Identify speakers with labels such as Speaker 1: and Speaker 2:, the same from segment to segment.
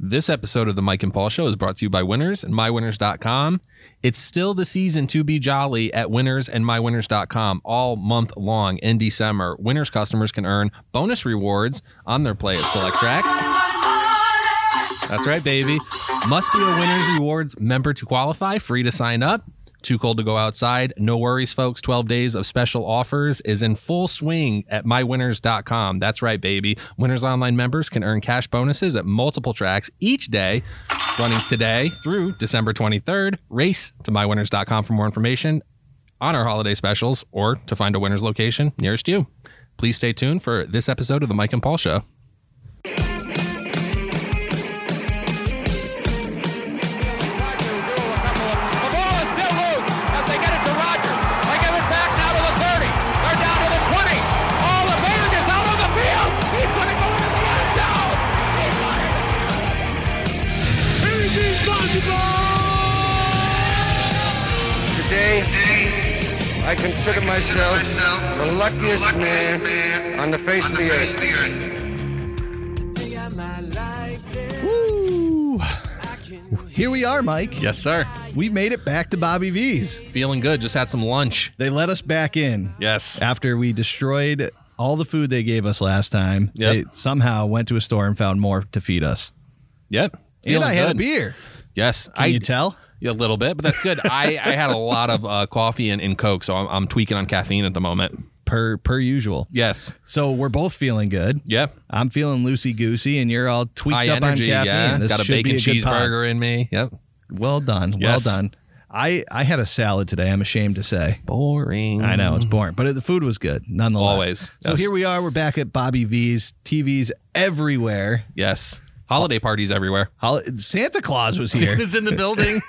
Speaker 1: This episode of the Mike and Paul Show is brought to you by Winners and MyWinners.com. It's still the season to be jolly at Winners and MyWinners.com all month long in December. Winners customers can earn bonus rewards on their play at Select Tracks. That's right, baby. Must be a Winners Rewards member to qualify. Free to sign up. Too cold to go outside. No worries, folks. 12 days of special offers is in full swing at mywinners.com. That's right, baby. Winners Online members can earn cash bonuses at multiple tracks each day, running today through December 23rd. Race to mywinners.com for more information on our holiday specials or to find a winner's location nearest you. Please stay tuned for this episode of The Mike and Paul Show.
Speaker 2: The ball is still loose as they get it to Rogers. They give it back now to the 30. They're down to the 20. Oh, LeBron is out on the field. He's going to go into the end zone. He's going to
Speaker 3: Today, I consider myself the luckiest man on the face of the earth.
Speaker 1: Woo!
Speaker 4: Here we are, Mike.
Speaker 1: Yes, sir.
Speaker 4: We made it back to Bobby V's.
Speaker 1: Feeling good. Just had some lunch.
Speaker 4: They let us back in
Speaker 1: Yes.
Speaker 4: after we destroyed all the food they gave us last time.
Speaker 1: Yep.
Speaker 4: They somehow went to a store and found more to feed us.
Speaker 1: Yep.
Speaker 4: and I
Speaker 1: Feeling
Speaker 4: had a
Speaker 1: good.
Speaker 4: beer.
Speaker 1: Yes.
Speaker 4: Can
Speaker 1: I,
Speaker 4: you tell?
Speaker 1: Yeah, a little bit, but that's good. I, I had a lot of uh, coffee and, and Coke, so I'm, I'm tweaking on caffeine at the moment.
Speaker 4: Per per usual.
Speaker 1: Yes.
Speaker 4: So we're both feeling good.
Speaker 1: Yep.
Speaker 4: I'm feeling loosey goosey, and you're all tweaked
Speaker 1: High
Speaker 4: up
Speaker 1: energy.
Speaker 4: on caffeine.
Speaker 1: Yeah.
Speaker 4: This
Speaker 1: Got a
Speaker 4: should
Speaker 1: bacon
Speaker 4: be a good pod.
Speaker 1: cheeseburger in me. Yep.
Speaker 4: Well done.
Speaker 1: Yes.
Speaker 4: Well done. I, I had a salad today. I'm ashamed to say.
Speaker 1: Boring.
Speaker 4: I know it's boring, but the food was good nonetheless.
Speaker 1: Mm. Always.
Speaker 4: So
Speaker 1: Yes.
Speaker 4: here we are. We're back at Bobby V's. TVs everywhere.
Speaker 1: Yes. Holiday parties everywhere.
Speaker 4: Hol- Santa Claus was here.
Speaker 1: Santa's in the building.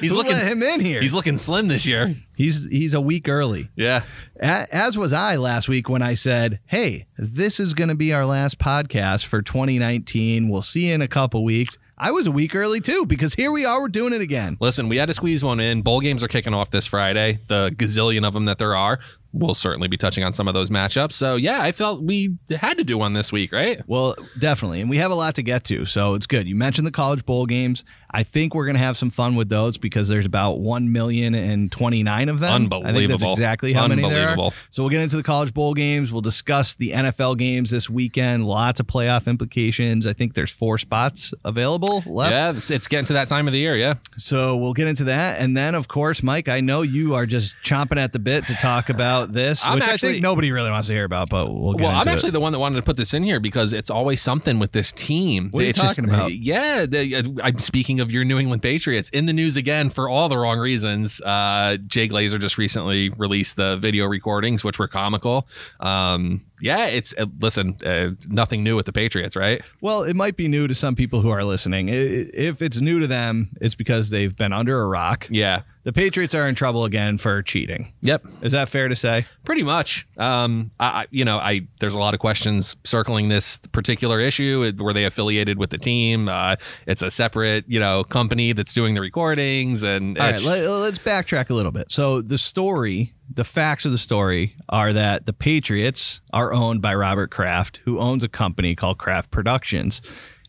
Speaker 4: he's
Speaker 1: Who
Speaker 4: looking
Speaker 1: let
Speaker 4: him in here.
Speaker 1: He's looking slim this year.
Speaker 4: he's he's a week early.
Speaker 1: Yeah.
Speaker 4: A- as was I last week when I said, "Hey, this is going to be our last podcast for 2019. We'll see you in a couple weeks." I was a week early too because here we are. We're doing it again.
Speaker 1: Listen, we had to squeeze one in. Bowl games are kicking off this Friday. The gazillion of them that there are. We'll certainly be touching on some of those matchups. So yeah, I felt we had to do one this week, right?
Speaker 4: Well, definitely. And we have a lot to get to, so it's good. You mentioned the college bowl games. I think we're going to have some fun with those because there's about 1 million and 29 of them. I think that's
Speaker 1: Unbelievable.
Speaker 4: exactly how many there are.
Speaker 1: Unbelievable.
Speaker 4: So we'll get into the college bowl games. We'll discuss the NFL games this weekend. Lots of playoff implications. I think there's four spots available left.
Speaker 1: Yeah, it's, it's getting to that time of the year. Yeah.
Speaker 4: So we'll get into that. And then, of course, Mike, I know you are just chomping at the bit to talk about this,
Speaker 1: I'm
Speaker 4: which I
Speaker 1: actually-
Speaker 4: think nobody really wants to hear about, but we'll get
Speaker 1: Well,
Speaker 4: into
Speaker 1: I'm
Speaker 4: it.
Speaker 1: actually the one that wanted to put this in here because it's always something with this team.
Speaker 4: What are you
Speaker 1: It's
Speaker 4: talking about?
Speaker 1: Yeah, the, uh, I'm speaking of your New England Patriots in the news again for all the wrong reasons. Uh, Jay Glazer just recently released the video recordings, which were comical. Um, yeah, it's uh, listen, uh, nothing new with the Patriots, right?
Speaker 4: Well, it might be new to some people who are listening. I- i- If it's new to them, it's because they've been under a rock.
Speaker 1: Yeah.
Speaker 4: The Patriots are in trouble again for cheating.
Speaker 1: Yep.
Speaker 4: Is that fair to say?
Speaker 1: Pretty much. Um, I, I, you know, I there's a lot of questions circling this particular issue. Were they affiliated with the team? Uh, it's a separate, you know, company that's doing the recordings, and
Speaker 4: All right,
Speaker 1: it's-
Speaker 4: let, us backtrack a little bit. So, the story, the facts of the story are that the Patriots are owned by Robert Kraft, who owns a company called Kraft Productions.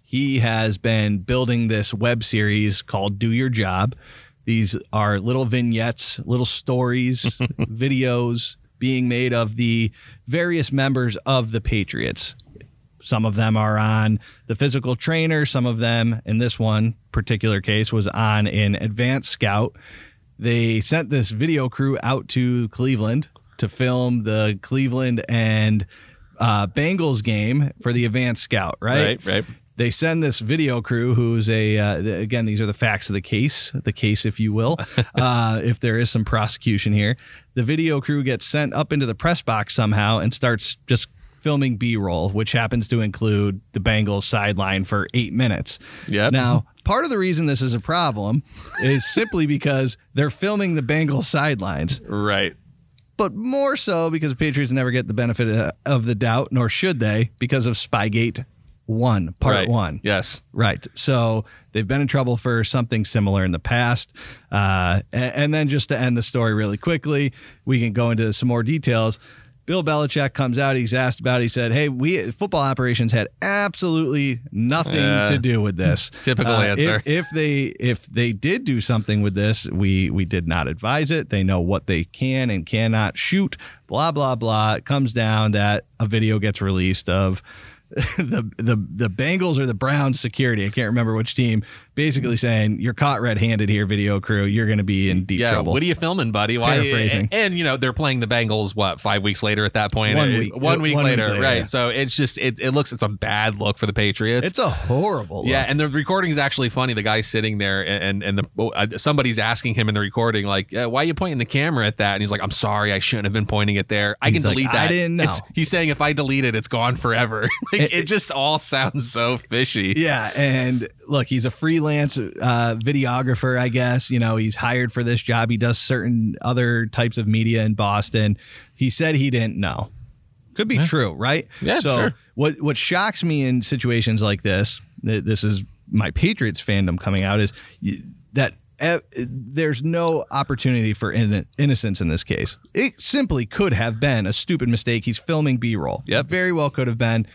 Speaker 4: He has been building this web series called Do Your Job. These are little vignettes, little stories, videos being made of the various members of the Patriots. Some of them are on the physical trainer. Some of them, in this one particular case, was on an advanced scout. They sent this video crew out to Cleveland to film the Cleveland and uh, Bengals game for the advanced scout, right?
Speaker 1: right, right.
Speaker 4: They send this video crew, who's a, uh, th- again, these are the facts of the case, the case, if you will, uh, if there is some prosecution here. The video crew gets sent up into the press box somehow and starts just filming B roll, which happens to include the Bengals sideline for eight minutes.
Speaker 1: Yep.
Speaker 4: Now, part of the reason this is a problem is simply because they're filming the Bengals sidelines
Speaker 1: Right.
Speaker 4: but more so because Patriots never get the benefit of- of the doubt, nor should they, because of Spygate 1, Part
Speaker 1: right.
Speaker 4: 1.
Speaker 1: Yes.
Speaker 4: Right. So they've been in trouble for something similar in the past. Uh, a- and, then just to end the story really quickly, we can go into some more details. Bill Belichick comes out. He's asked about. It. He said, "Hey, we football operations had absolutely nothing
Speaker 1: Yeah.
Speaker 4: to do with this."
Speaker 1: Typical
Speaker 4: Uh, if-
Speaker 1: answer.
Speaker 4: If, they if they did do something with this, we we did not advise it. They know what they can and cannot shoot. Blah blah blah. It comes down that a video gets released of the the the Bengals or the Browns security. I can't remember which team. Basically saying you're caught red-handed here, video crew. You're going to be in deep
Speaker 1: yeah,
Speaker 4: trouble.
Speaker 1: what are you filming, buddy? Why?
Speaker 4: Paraphrasing.
Speaker 1: And, you know they're playing the Bengals. What five weeks later at that point?
Speaker 4: One
Speaker 1: Uh,
Speaker 4: week.
Speaker 1: One week
Speaker 4: One week
Speaker 1: later,
Speaker 4: later,
Speaker 1: right?
Speaker 4: yeah.
Speaker 1: So it's just it, it looks it's a bad look for the Patriots.
Speaker 4: it's a horrible.
Speaker 1: Yeah,
Speaker 4: look.
Speaker 1: and the recording is actually funny. The guy's sitting there, and and the, uh, somebody's asking him in the recording, like, "Yeah, "Why are you pointing the camera at that?" And he's like, "I'm sorry, I shouldn't have been pointing it there. I
Speaker 4: He's
Speaker 1: can
Speaker 4: like,
Speaker 1: delete
Speaker 4: "I
Speaker 1: that."
Speaker 4: didn't know.
Speaker 1: It's- he's saying, "If I delete it, it's gone forever." like,
Speaker 4: It-
Speaker 1: it, just all sounds so fishy.
Speaker 4: Yeah, and look, he's a freelance uh, videographer, I guess. You know, he's hired for this job. He does certain other types of media in Boston. He said he didn't know. Could be true, right?
Speaker 1: Yeah,
Speaker 4: So
Speaker 1: sure.
Speaker 4: what what shocks me in situations like this, th- this is my Patriots fandom coming out, is you, that. eh, There's no opportunity for inno- innocence in this case. It simply could have been a stupid mistake. He's filming B-roll.
Speaker 1: Yep.
Speaker 4: Very well could have been.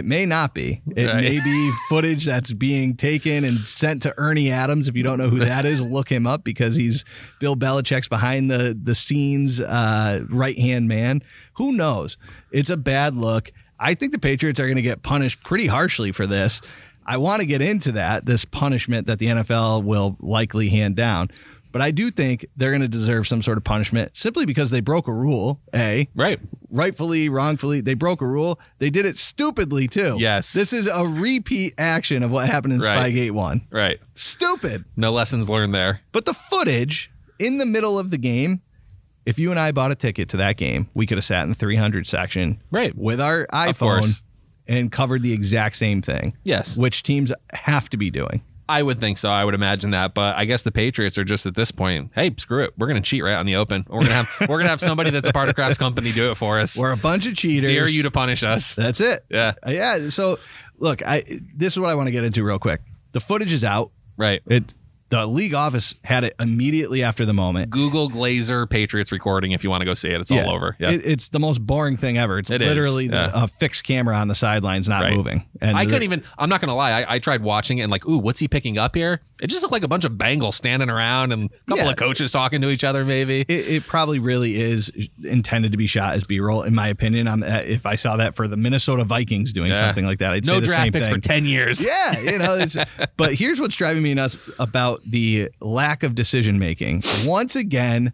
Speaker 4: It may not be. It
Speaker 1: Right.
Speaker 4: may be footage that's being taken and sent to Ernie Adams. If you don't know who that is, look him up because he's Bill Belichick's behind the the scenes uh, right hand man. Who knows? It's a bad look. I think the Patriots are going to get punished pretty harshly for this. I want to get into that this punishment that the NFL will likely hand down. But I do think they're going to deserve some sort of punishment simply because they broke a rule, A,
Speaker 1: Right.
Speaker 4: rightfully, wrongfully, they broke a rule. They did it stupidly too.
Speaker 1: Yes.
Speaker 4: This is a repeat action of what happened in
Speaker 1: Right.
Speaker 4: Spygate 1.
Speaker 1: Right.
Speaker 4: Stupid.
Speaker 1: No lessons learned there.
Speaker 4: But the footage in the middle of the game, if you and I bought a ticket to that game, we could have sat in the 300 section
Speaker 1: Right.
Speaker 4: with our iPhone
Speaker 1: course.
Speaker 4: and covered the exact same thing.
Speaker 1: Yes.
Speaker 4: Which teams have to be doing.
Speaker 1: I would think so. I would imagine that, but I guess the Patriots are just at this point. Hey, screw it. We're gonna cheat right out in the open. We're gonna have we're gonna have somebody that's a part of Kraft's company do it for us.
Speaker 4: We're a bunch of cheaters.
Speaker 1: Dare you to punish us?
Speaker 4: That's it.
Speaker 1: Yeah.
Speaker 4: Yeah. So look, I this is what I want to get into real quick. The footage is out.
Speaker 1: Right.
Speaker 4: It the league office had it immediately after the moment.
Speaker 1: Google Glazer Patriots recording if you want to go see it. It's
Speaker 4: Yeah.
Speaker 1: all over. Yeah.
Speaker 4: It, it's the most boring thing ever. It's
Speaker 1: It is,
Speaker 4: literally the,
Speaker 1: yeah.
Speaker 4: a fixed camera on the sidelines not
Speaker 1: Right.
Speaker 4: moving. And
Speaker 1: I
Speaker 4: the-
Speaker 1: couldn't even. I'm not gonna lie. I, I tried watching it and like, ooh, what's he picking up here? It just looked like a bunch of Bengals standing around and a couple
Speaker 4: Yeah.
Speaker 1: of coaches talking to each other. Maybe
Speaker 4: It, it probably really is intended to be shot as B-roll, in my opinion. I'm, uh, if I saw that for the Minnesota Vikings doing
Speaker 1: Yeah.
Speaker 4: something like that, I'd say
Speaker 1: no
Speaker 4: the same
Speaker 1: draft picks
Speaker 4: thing.
Speaker 1: for ten years.
Speaker 4: Yeah, you know. It's, but here's what's driving me nuts about the lack of decision making. Once again,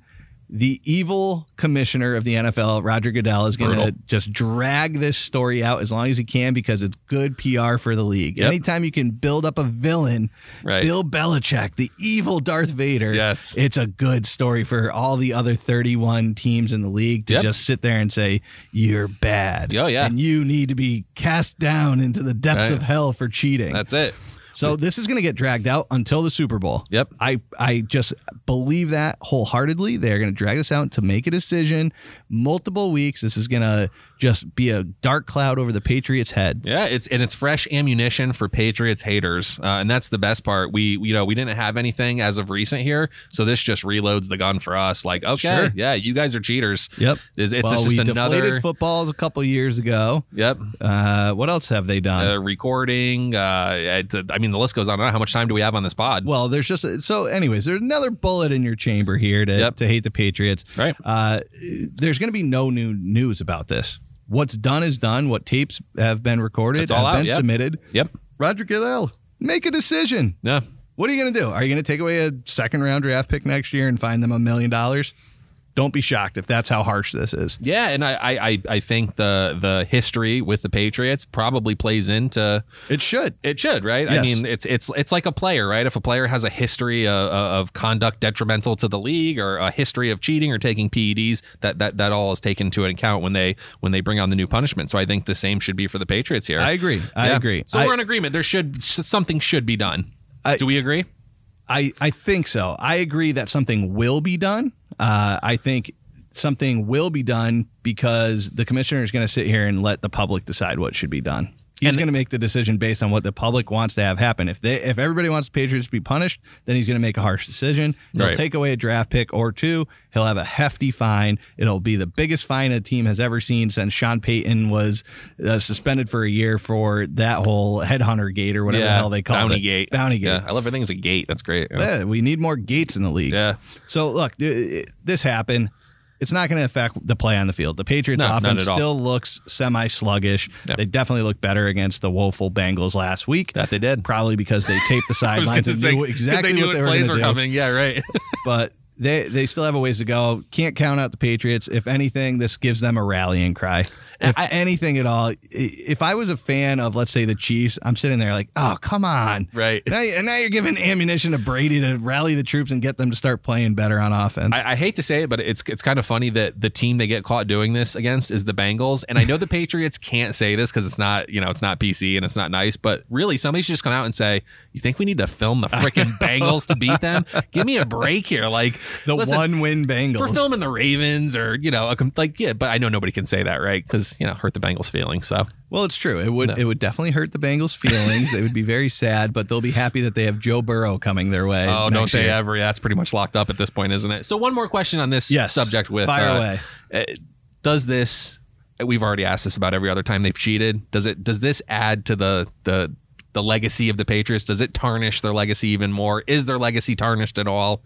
Speaker 4: the evil commissioner of the NFL, Roger Goodell, is going to
Speaker 1: Brutal.
Speaker 4: just drag this story out as long as he can because it's good PR for the league.
Speaker 1: Yep.
Speaker 4: Anytime you can build up a villain,
Speaker 1: Right.
Speaker 4: Bill Belichick, the evil Darth Vader,
Speaker 1: Yes.
Speaker 4: it's a good story for all the other 31 teams in the league to
Speaker 1: Yep.
Speaker 4: just sit there and say, You're bad.
Speaker 1: Oh, yeah.
Speaker 4: And you need to be cast down into the depths
Speaker 1: Right.
Speaker 4: of hell for cheating.
Speaker 1: That's it.
Speaker 4: So this is going to get dragged out until the Super Bowl.
Speaker 1: Yep.
Speaker 4: I I just believe that wholeheartedly. They're going to drag this out to make a decision. Multiple weeks. This is going to just be a dark cloud over the Patriots' head.
Speaker 1: Yeah, it's and it's fresh ammunition for Patriots haters, uh, and that's the best part. We you know we didn't have anything as of recent here, so this just reloads the gun for us. Like, okay,
Speaker 4: Sure.
Speaker 1: yeah, you guys are cheaters.
Speaker 4: Yep.
Speaker 1: It's, it's
Speaker 4: well,
Speaker 1: just
Speaker 4: we
Speaker 1: another.
Speaker 4: deflated footballs a couple years ago.
Speaker 1: Yep,
Speaker 4: Uh, what else have they done?
Speaker 1: uh, recording. Uh, it's, I mean, the list goes on and on. How much time do we have on this pod?
Speaker 4: well, there's just so. Anyways, there's another bullet in your chamber here to
Speaker 1: Yep.
Speaker 4: to hate the Patriots.
Speaker 1: Right.
Speaker 4: Uh, there's going to be no new news about this. What's done is done. What tapes have been recorded
Speaker 1: It's all
Speaker 4: have
Speaker 1: out,
Speaker 4: been
Speaker 1: yep.
Speaker 4: submitted.
Speaker 1: Yep.
Speaker 4: Roger Goodell, make a decision.
Speaker 1: Yeah.
Speaker 4: What are you going to do? Are you going to take away a second round draft pick next year and find them a million dollars? Don't be shocked if that's how harsh this is.
Speaker 1: Yeah, and I, I, I- I think the the history with the Patriots probably plays into
Speaker 4: It should.
Speaker 1: it should right.
Speaker 4: Yes.
Speaker 1: I mean, it's it's it's like a player, right? If a player has a history of, of conduct detrimental to the league, or a history of cheating or taking PEDs, that that that all is taken into account when they when they bring on the new punishment. So I think the same should be for the Patriots here.
Speaker 4: I agree. I
Speaker 1: Yeah.
Speaker 4: agree.
Speaker 1: So
Speaker 4: I-
Speaker 1: we're in agreement. There should something should be done.
Speaker 4: I-
Speaker 1: do we agree?
Speaker 4: I, I think so. I agree that something will be done. Uh, I think something will be done because the commissioner is going to sit here and let the public decide what should be done. He's going to make the decision based on what the public wants to have happen. If they, if everybody wants the Patriots to be punished, then he's going to make a harsh decision. He'll
Speaker 1: Right.
Speaker 4: take away a draft pick or two. He'll have a hefty fine. It'll be the biggest fine a team has ever seen since Sean Payton was uh, suspended for a year for that whole headhunter gate or whatever the hell they call
Speaker 1: Bounty
Speaker 4: it.
Speaker 1: Gate.
Speaker 4: Bounty gate.
Speaker 1: Yeah, I love everything as a gate. That's great. Yeah.
Speaker 4: Yeah, Eh, we need more gates in the league.
Speaker 1: Yeah.
Speaker 4: So look, th- this happened. It's not going to affect the play on the field. The Patriots
Speaker 1: No, not
Speaker 4: offense
Speaker 1: at all.
Speaker 4: still looks semi sluggish.
Speaker 1: Yeah.
Speaker 4: They definitely looked better against the woeful Bengals last week.
Speaker 1: That they did.
Speaker 4: Probably because they taped the
Speaker 1: I was
Speaker 4: sidelines
Speaker 1: gonna
Speaker 4: and
Speaker 1: say,
Speaker 4: knew
Speaker 1: 'cause
Speaker 4: exactly
Speaker 1: they knew
Speaker 4: what they were
Speaker 1: plays
Speaker 4: going to do.
Speaker 1: coming. Yeah, right.
Speaker 4: But they they still have a ways to go. Can't count out the Patriots. If anything, this gives them a rallying cry. If
Speaker 1: I-
Speaker 4: anything at all, i- if I was a fan of let's say the Chiefs, I'm sitting there like, oh come on,
Speaker 1: Right.
Speaker 4: Now, you- and now you're giving ammunition to Brady to rally the troops and get them to start playing better on offense.
Speaker 1: I, I hate to say it, but it's it's kind of funny that the team they get caught doing this against is the Bengals. And I know the Patriots can't say this because it's not you know it's not PC and it's not nice. But really, somebody should just come out and say, "You think we need to film the freaking Bengals to beat them? Give me a break here!" Like
Speaker 4: the
Speaker 1: listen,
Speaker 4: one win Bengals.
Speaker 1: We're filming the Ravens or you know a, com- like yeah, but I know nobody can say that right because you know hurt the Bengals' feelings. So
Speaker 4: Well, it's true. It would it would definitely hurt the Bengals' feelings. they would be very sad, but they'll be happy that they have Joe Burrow coming their way.
Speaker 1: oh,
Speaker 4: next
Speaker 1: don't they
Speaker 4: year.
Speaker 1: ever? That's pretty much locked up at this point, isn't it? So one more question on this
Speaker 4: Yes.
Speaker 1: subject with
Speaker 4: Fire
Speaker 1: uh,
Speaker 4: away.
Speaker 1: does this we've already asked this about every other time they've cheated does it does this add to the the the legacy of the patriots does it tarnish their legacy even more is their legacy tarnished at all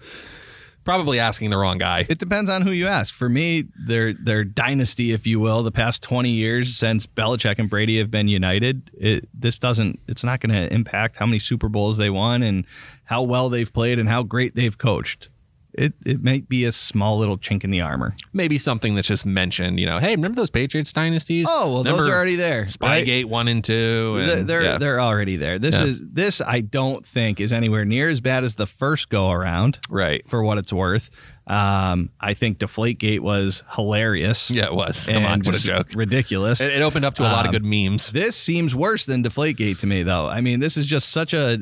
Speaker 1: probably asking the wrong guy
Speaker 4: It depends on who you ask. For me, their their dynasty, if you will, the past twenty years since Belichick and Brady have been united, it, this doesn't. It's not going to impact how many Super Bowls they won and how well they've played and how great they've coached. It it might be a small little chink in the armor.
Speaker 1: maybe something that's just mentioned you know hey remember those patriots dynasties
Speaker 4: Oh, well, those
Speaker 1: Remember
Speaker 4: are already there, right?
Speaker 1: spygate one and two and,
Speaker 4: They're they're,
Speaker 1: yeah.
Speaker 4: they're already there. This
Speaker 1: Yeah.
Speaker 4: is this I don't think is anywhere near as bad as the first go around.
Speaker 1: right
Speaker 4: For what it's worth, um, I think Deflategate was hilarious.
Speaker 1: yeah it was come
Speaker 4: and
Speaker 1: on what a
Speaker 4: just
Speaker 1: joke
Speaker 4: Ridiculous.
Speaker 1: it, it opened up to a lot of
Speaker 4: Um,
Speaker 1: good memes
Speaker 4: This seems worse than Deflategate to me, though. I mean, this is just such a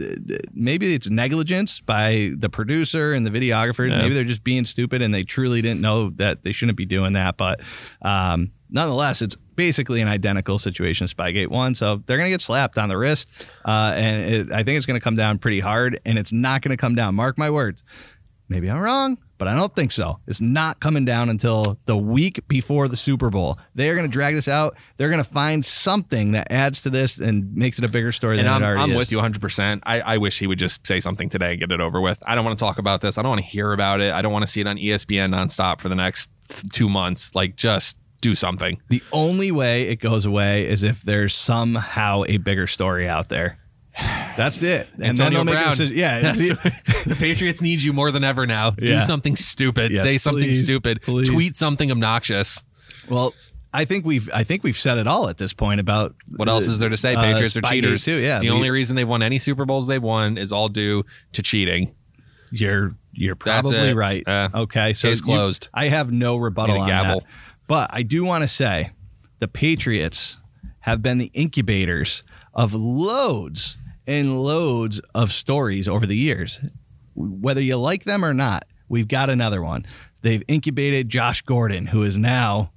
Speaker 4: maybe it's negligence by the producer and the videographer.
Speaker 1: Yeah.
Speaker 4: Maybe they're just being stupid and they truly didn't know that they shouldn't be doing that. But um, nonetheless, it's basically an identical situation to Spygate One. So they're going to get slapped on the wrist. Uh, and it, I think it's going to come down pretty hard. And it's not going to come down. Mark my words. Maybe I'm wrong, but I don't think so. It's not coming down until the week before the Super Bowl. They are going to drag this out. They're going to find something that adds to this and makes it a bigger story
Speaker 1: and
Speaker 4: than
Speaker 1: I'm,
Speaker 4: it already
Speaker 1: I'm
Speaker 4: is.
Speaker 1: with you 100%. I, I wish he would just say something today and get it over with. I don't want to talk about this. I don't want to hear about it. I don't want to see it on E ESPN nonstop for the next th- two months. Like, just do something.
Speaker 4: The only way it goes away is if there's somehow a bigger story out there. That's it. And
Speaker 1: Antonio
Speaker 4: then they'll
Speaker 1: Brown.
Speaker 4: make a decision. Yeah,
Speaker 1: That's-
Speaker 4: see,
Speaker 1: the Patriots need you more than ever now. Do
Speaker 4: Yeah.
Speaker 1: something stupid.
Speaker 4: Yes,
Speaker 1: say something
Speaker 4: please,
Speaker 1: stupid.
Speaker 4: please.
Speaker 1: Tweet something obnoxious.
Speaker 4: Well, I think we've I think we've said it all at this point about
Speaker 1: What else is there to say?
Speaker 4: uh,
Speaker 1: Patriots are
Speaker 4: Spygate
Speaker 1: cheaters.
Speaker 4: Too. Yeah,
Speaker 1: It's the
Speaker 4: we-
Speaker 1: only reason they've won any Super Bowls they've won is all due to cheating.
Speaker 4: You're you're
Speaker 1: That's
Speaker 4: probably
Speaker 1: it.
Speaker 4: right.
Speaker 1: Uh,
Speaker 4: okay, so
Speaker 1: case
Speaker 4: you-
Speaker 1: closed.
Speaker 4: I have no rebuttal
Speaker 1: Need a
Speaker 4: on
Speaker 1: gavel.
Speaker 4: that, but I do want to say the Patriots have been the incubators of loads and loads of stories over the years, whether you like them or not. We've got another one. They've incubated Josh Gordon, who is now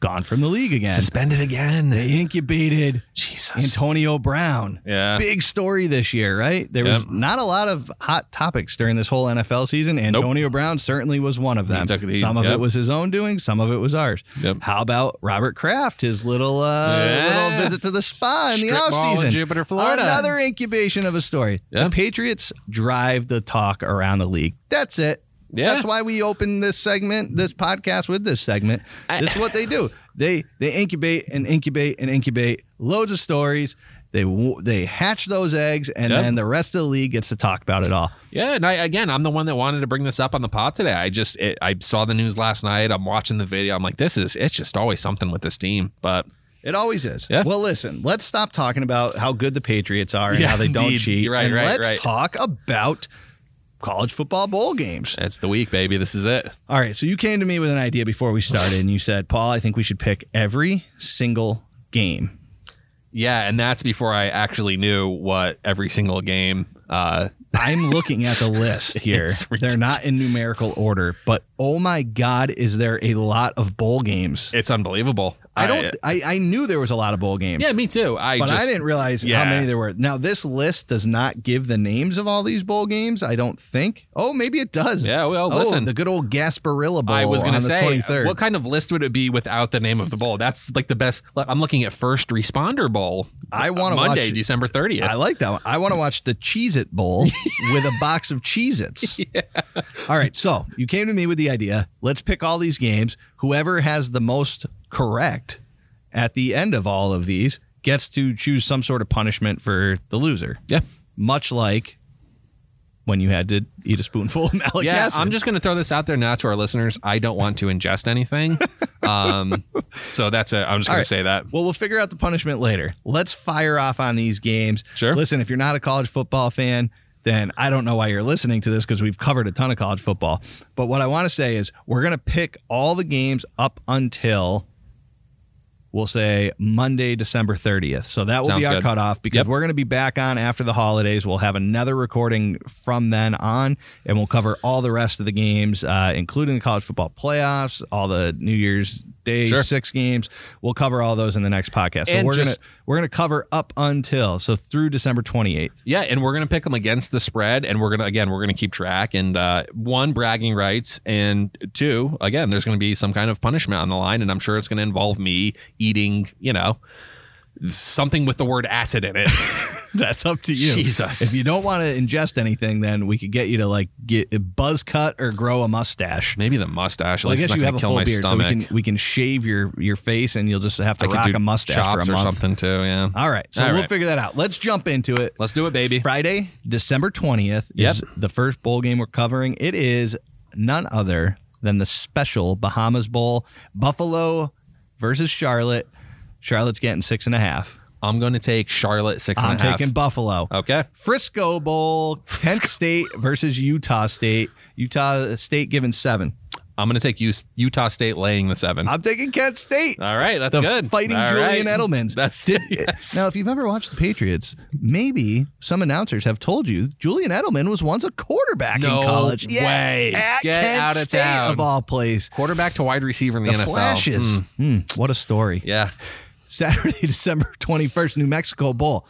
Speaker 4: gone from the league again.
Speaker 1: Suspended again.
Speaker 4: they incubated
Speaker 1: Jesus.
Speaker 4: Antonio Brown.
Speaker 1: Yeah.
Speaker 4: Big story this year, right? There was
Speaker 1: Yep.
Speaker 4: not a lot of hot topics during this whole NFL season. Antonio Brown certainly was one of them.
Speaker 1: took the-
Speaker 4: some of
Speaker 1: yep.
Speaker 4: it was his own doing, some of it was ours.
Speaker 1: Yep.
Speaker 4: How about Robert Kraft, his little uh,
Speaker 1: Yeah.
Speaker 4: little visit to the spa in the
Speaker 1: Strip mall in
Speaker 4: offseason?
Speaker 1: Jupiter, Florida.
Speaker 4: Another incubation of a story.
Speaker 1: Yeah.
Speaker 4: The Patriots drive the talk around the league. That's it.
Speaker 1: Yeah.
Speaker 4: That's why we opened this segment, this podcast with this segment. this is what they do. They they incubate and incubate and incubate loads of stories. They w- they hatch those eggs, and
Speaker 1: Yep.
Speaker 4: then the rest of the league gets to talk about it all.
Speaker 1: Yeah, and I again, I'm the one that wanted to bring this up on the pod today. I just it, I saw the news last night. I'm watching the video. I'm like, this is it's just always something with this team. But
Speaker 4: It always is.
Speaker 1: Yeah.
Speaker 4: Well, listen, let's stop talking about how good the Patriots are and
Speaker 1: Yeah,
Speaker 4: how they don't
Speaker 1: indeed.
Speaker 4: cheat.
Speaker 1: You're right,
Speaker 4: and
Speaker 1: right,
Speaker 4: let's
Speaker 1: right.
Speaker 4: talk about college football bowl games.
Speaker 1: it's the week, baby. This is it.
Speaker 4: All right. So you came to me with an idea before we started, and you said, Paul, I think we should pick every single game.
Speaker 1: Yeah, and that's before I actually knew what every single game. Uh,
Speaker 4: I'm looking at the list here.
Speaker 1: It's
Speaker 4: They're not in numerical order, but oh my God, is there a lot of bowl games?
Speaker 1: it's unbelievable.
Speaker 4: I don't.
Speaker 5: I-
Speaker 4: I, I knew there was a lot of bowl games.
Speaker 1: uh, Yeah, me too. I
Speaker 4: but
Speaker 1: just
Speaker 4: I didn't realize
Speaker 5: Yeah.
Speaker 4: how many there were. Now this list does not give the names of all these bowl games. I don't think. Oh, maybe it does.
Speaker 1: Yeah, well,
Speaker 4: oh,
Speaker 1: listen.
Speaker 4: the good old Gasparilla Bowl.
Speaker 1: I was
Speaker 4: going to
Speaker 1: say, uh,
Speaker 4: the 23rd.
Speaker 1: what kind of list would it be without the name of the bowl? That's like the best. look, I'm looking at First Responder Bowl.
Speaker 4: I wanna
Speaker 1: Monday,
Speaker 4: watch-
Speaker 1: December 30th.
Speaker 4: I like that one. I want to watch the Cheez It Bowl with a box of Cheez Its. All right. So you came to me with the idea let's pick all these games. Whoever has the most correct at the end of all of these gets to choose some sort of punishment for the loser,
Speaker 1: yeah.
Speaker 4: much like when you had to eat a spoonful of malic
Speaker 1: Yeah,
Speaker 4: acid.
Speaker 1: I'm just going to throw this out there now to our listeners. I don't want to ingest anything. Um, so that's it. I'm just
Speaker 4: All
Speaker 1: going
Speaker 4: right.
Speaker 1: to say that.
Speaker 4: Well, we'll figure out the punishment later. Let's fire off on these games.
Speaker 1: Sure.
Speaker 4: Listen, if you're not a college football fan, then I don't know why you're listening to this because we've covered a ton of college football. But what I want to say is we're going to pick all the games up until we'll say Monday, December 30th. So that will be
Speaker 1: Sounds
Speaker 4: our
Speaker 1: good.
Speaker 4: cutoff because
Speaker 1: Yep.
Speaker 4: we're going to be back on after the holidays. We'll have another recording from then on, and we'll cover all the rest of the games, uh, including the college football playoffs, all the New Year's Day
Speaker 1: Sure.
Speaker 4: six games. We'll cover all those in the next podcast. So
Speaker 1: And
Speaker 4: we're
Speaker 1: just-
Speaker 4: gonna we're gonna cover up until so through December 28th.
Speaker 1: Yeah, and we're gonna pick them against the spread, and we're gonna again we're gonna keep track and uh, one bragging rights, and two again there's gonna be some kind of punishment on the line, and I'm sure it's gonna involve me eating you know something with the word acid in it.
Speaker 4: That's up to you.
Speaker 1: Jesus.
Speaker 4: If you don't want to ingest anything, then we could get you to like get a buzz cut or grow a mustache.
Speaker 1: Maybe the mustache.
Speaker 4: Well, I
Speaker 1: like, it's
Speaker 4: guess
Speaker 1: not
Speaker 4: you
Speaker 1: gonna
Speaker 4: have a
Speaker 1: kill
Speaker 4: full
Speaker 1: my
Speaker 4: beard,
Speaker 1: stomach.
Speaker 4: so we can we can shave your your face, and you'll just have to
Speaker 1: I could
Speaker 4: rock
Speaker 1: do
Speaker 4: a mustache for a
Speaker 1: chops
Speaker 4: month.
Speaker 1: or something too. Yeah.
Speaker 4: All right, so
Speaker 1: All
Speaker 4: we'll
Speaker 1: right.
Speaker 4: figure that out. Let's jump into it.
Speaker 1: Let's do it, baby.
Speaker 4: Friday, December twentieth is
Speaker 1: Yep.
Speaker 4: the first bowl game we're covering. It is none other than the special Bahamas Bowl, Buffalo versus Charlotte. Charlotte's getting six and a half.
Speaker 1: I'm gonna take Charlotte six
Speaker 4: I'm
Speaker 1: and a half. Oh.
Speaker 4: taking Buffalo.
Speaker 1: Okay.
Speaker 4: Frisco Bowl, Kent State versus Utah State. Utah State given seven.
Speaker 1: I'm gonna take Us- Utah State laying the seven.
Speaker 4: I'm taking Kent State.
Speaker 1: All right, that's
Speaker 4: Uh, the
Speaker 1: good.
Speaker 4: Fighting
Speaker 1: All
Speaker 4: Julian
Speaker 1: right.
Speaker 4: Edelman's.
Speaker 1: That's
Speaker 4: Did-
Speaker 1: yes.
Speaker 4: Now, if you've ever watched the Patriots, maybe some announcers have told you Julian Edelman was once a quarterback
Speaker 1: No
Speaker 4: in college.
Speaker 1: way.
Speaker 4: at
Speaker 1: Get
Speaker 4: Kent
Speaker 1: out of
Speaker 4: State
Speaker 1: town.
Speaker 4: of all places.
Speaker 1: quarterback to wide receiver in the,
Speaker 4: The
Speaker 1: NFL.
Speaker 4: flashes.
Speaker 1: Mm,
Speaker 4: Mm, what a story.
Speaker 1: yeah.
Speaker 4: Saturday, December 21st, New Mexico Bowl.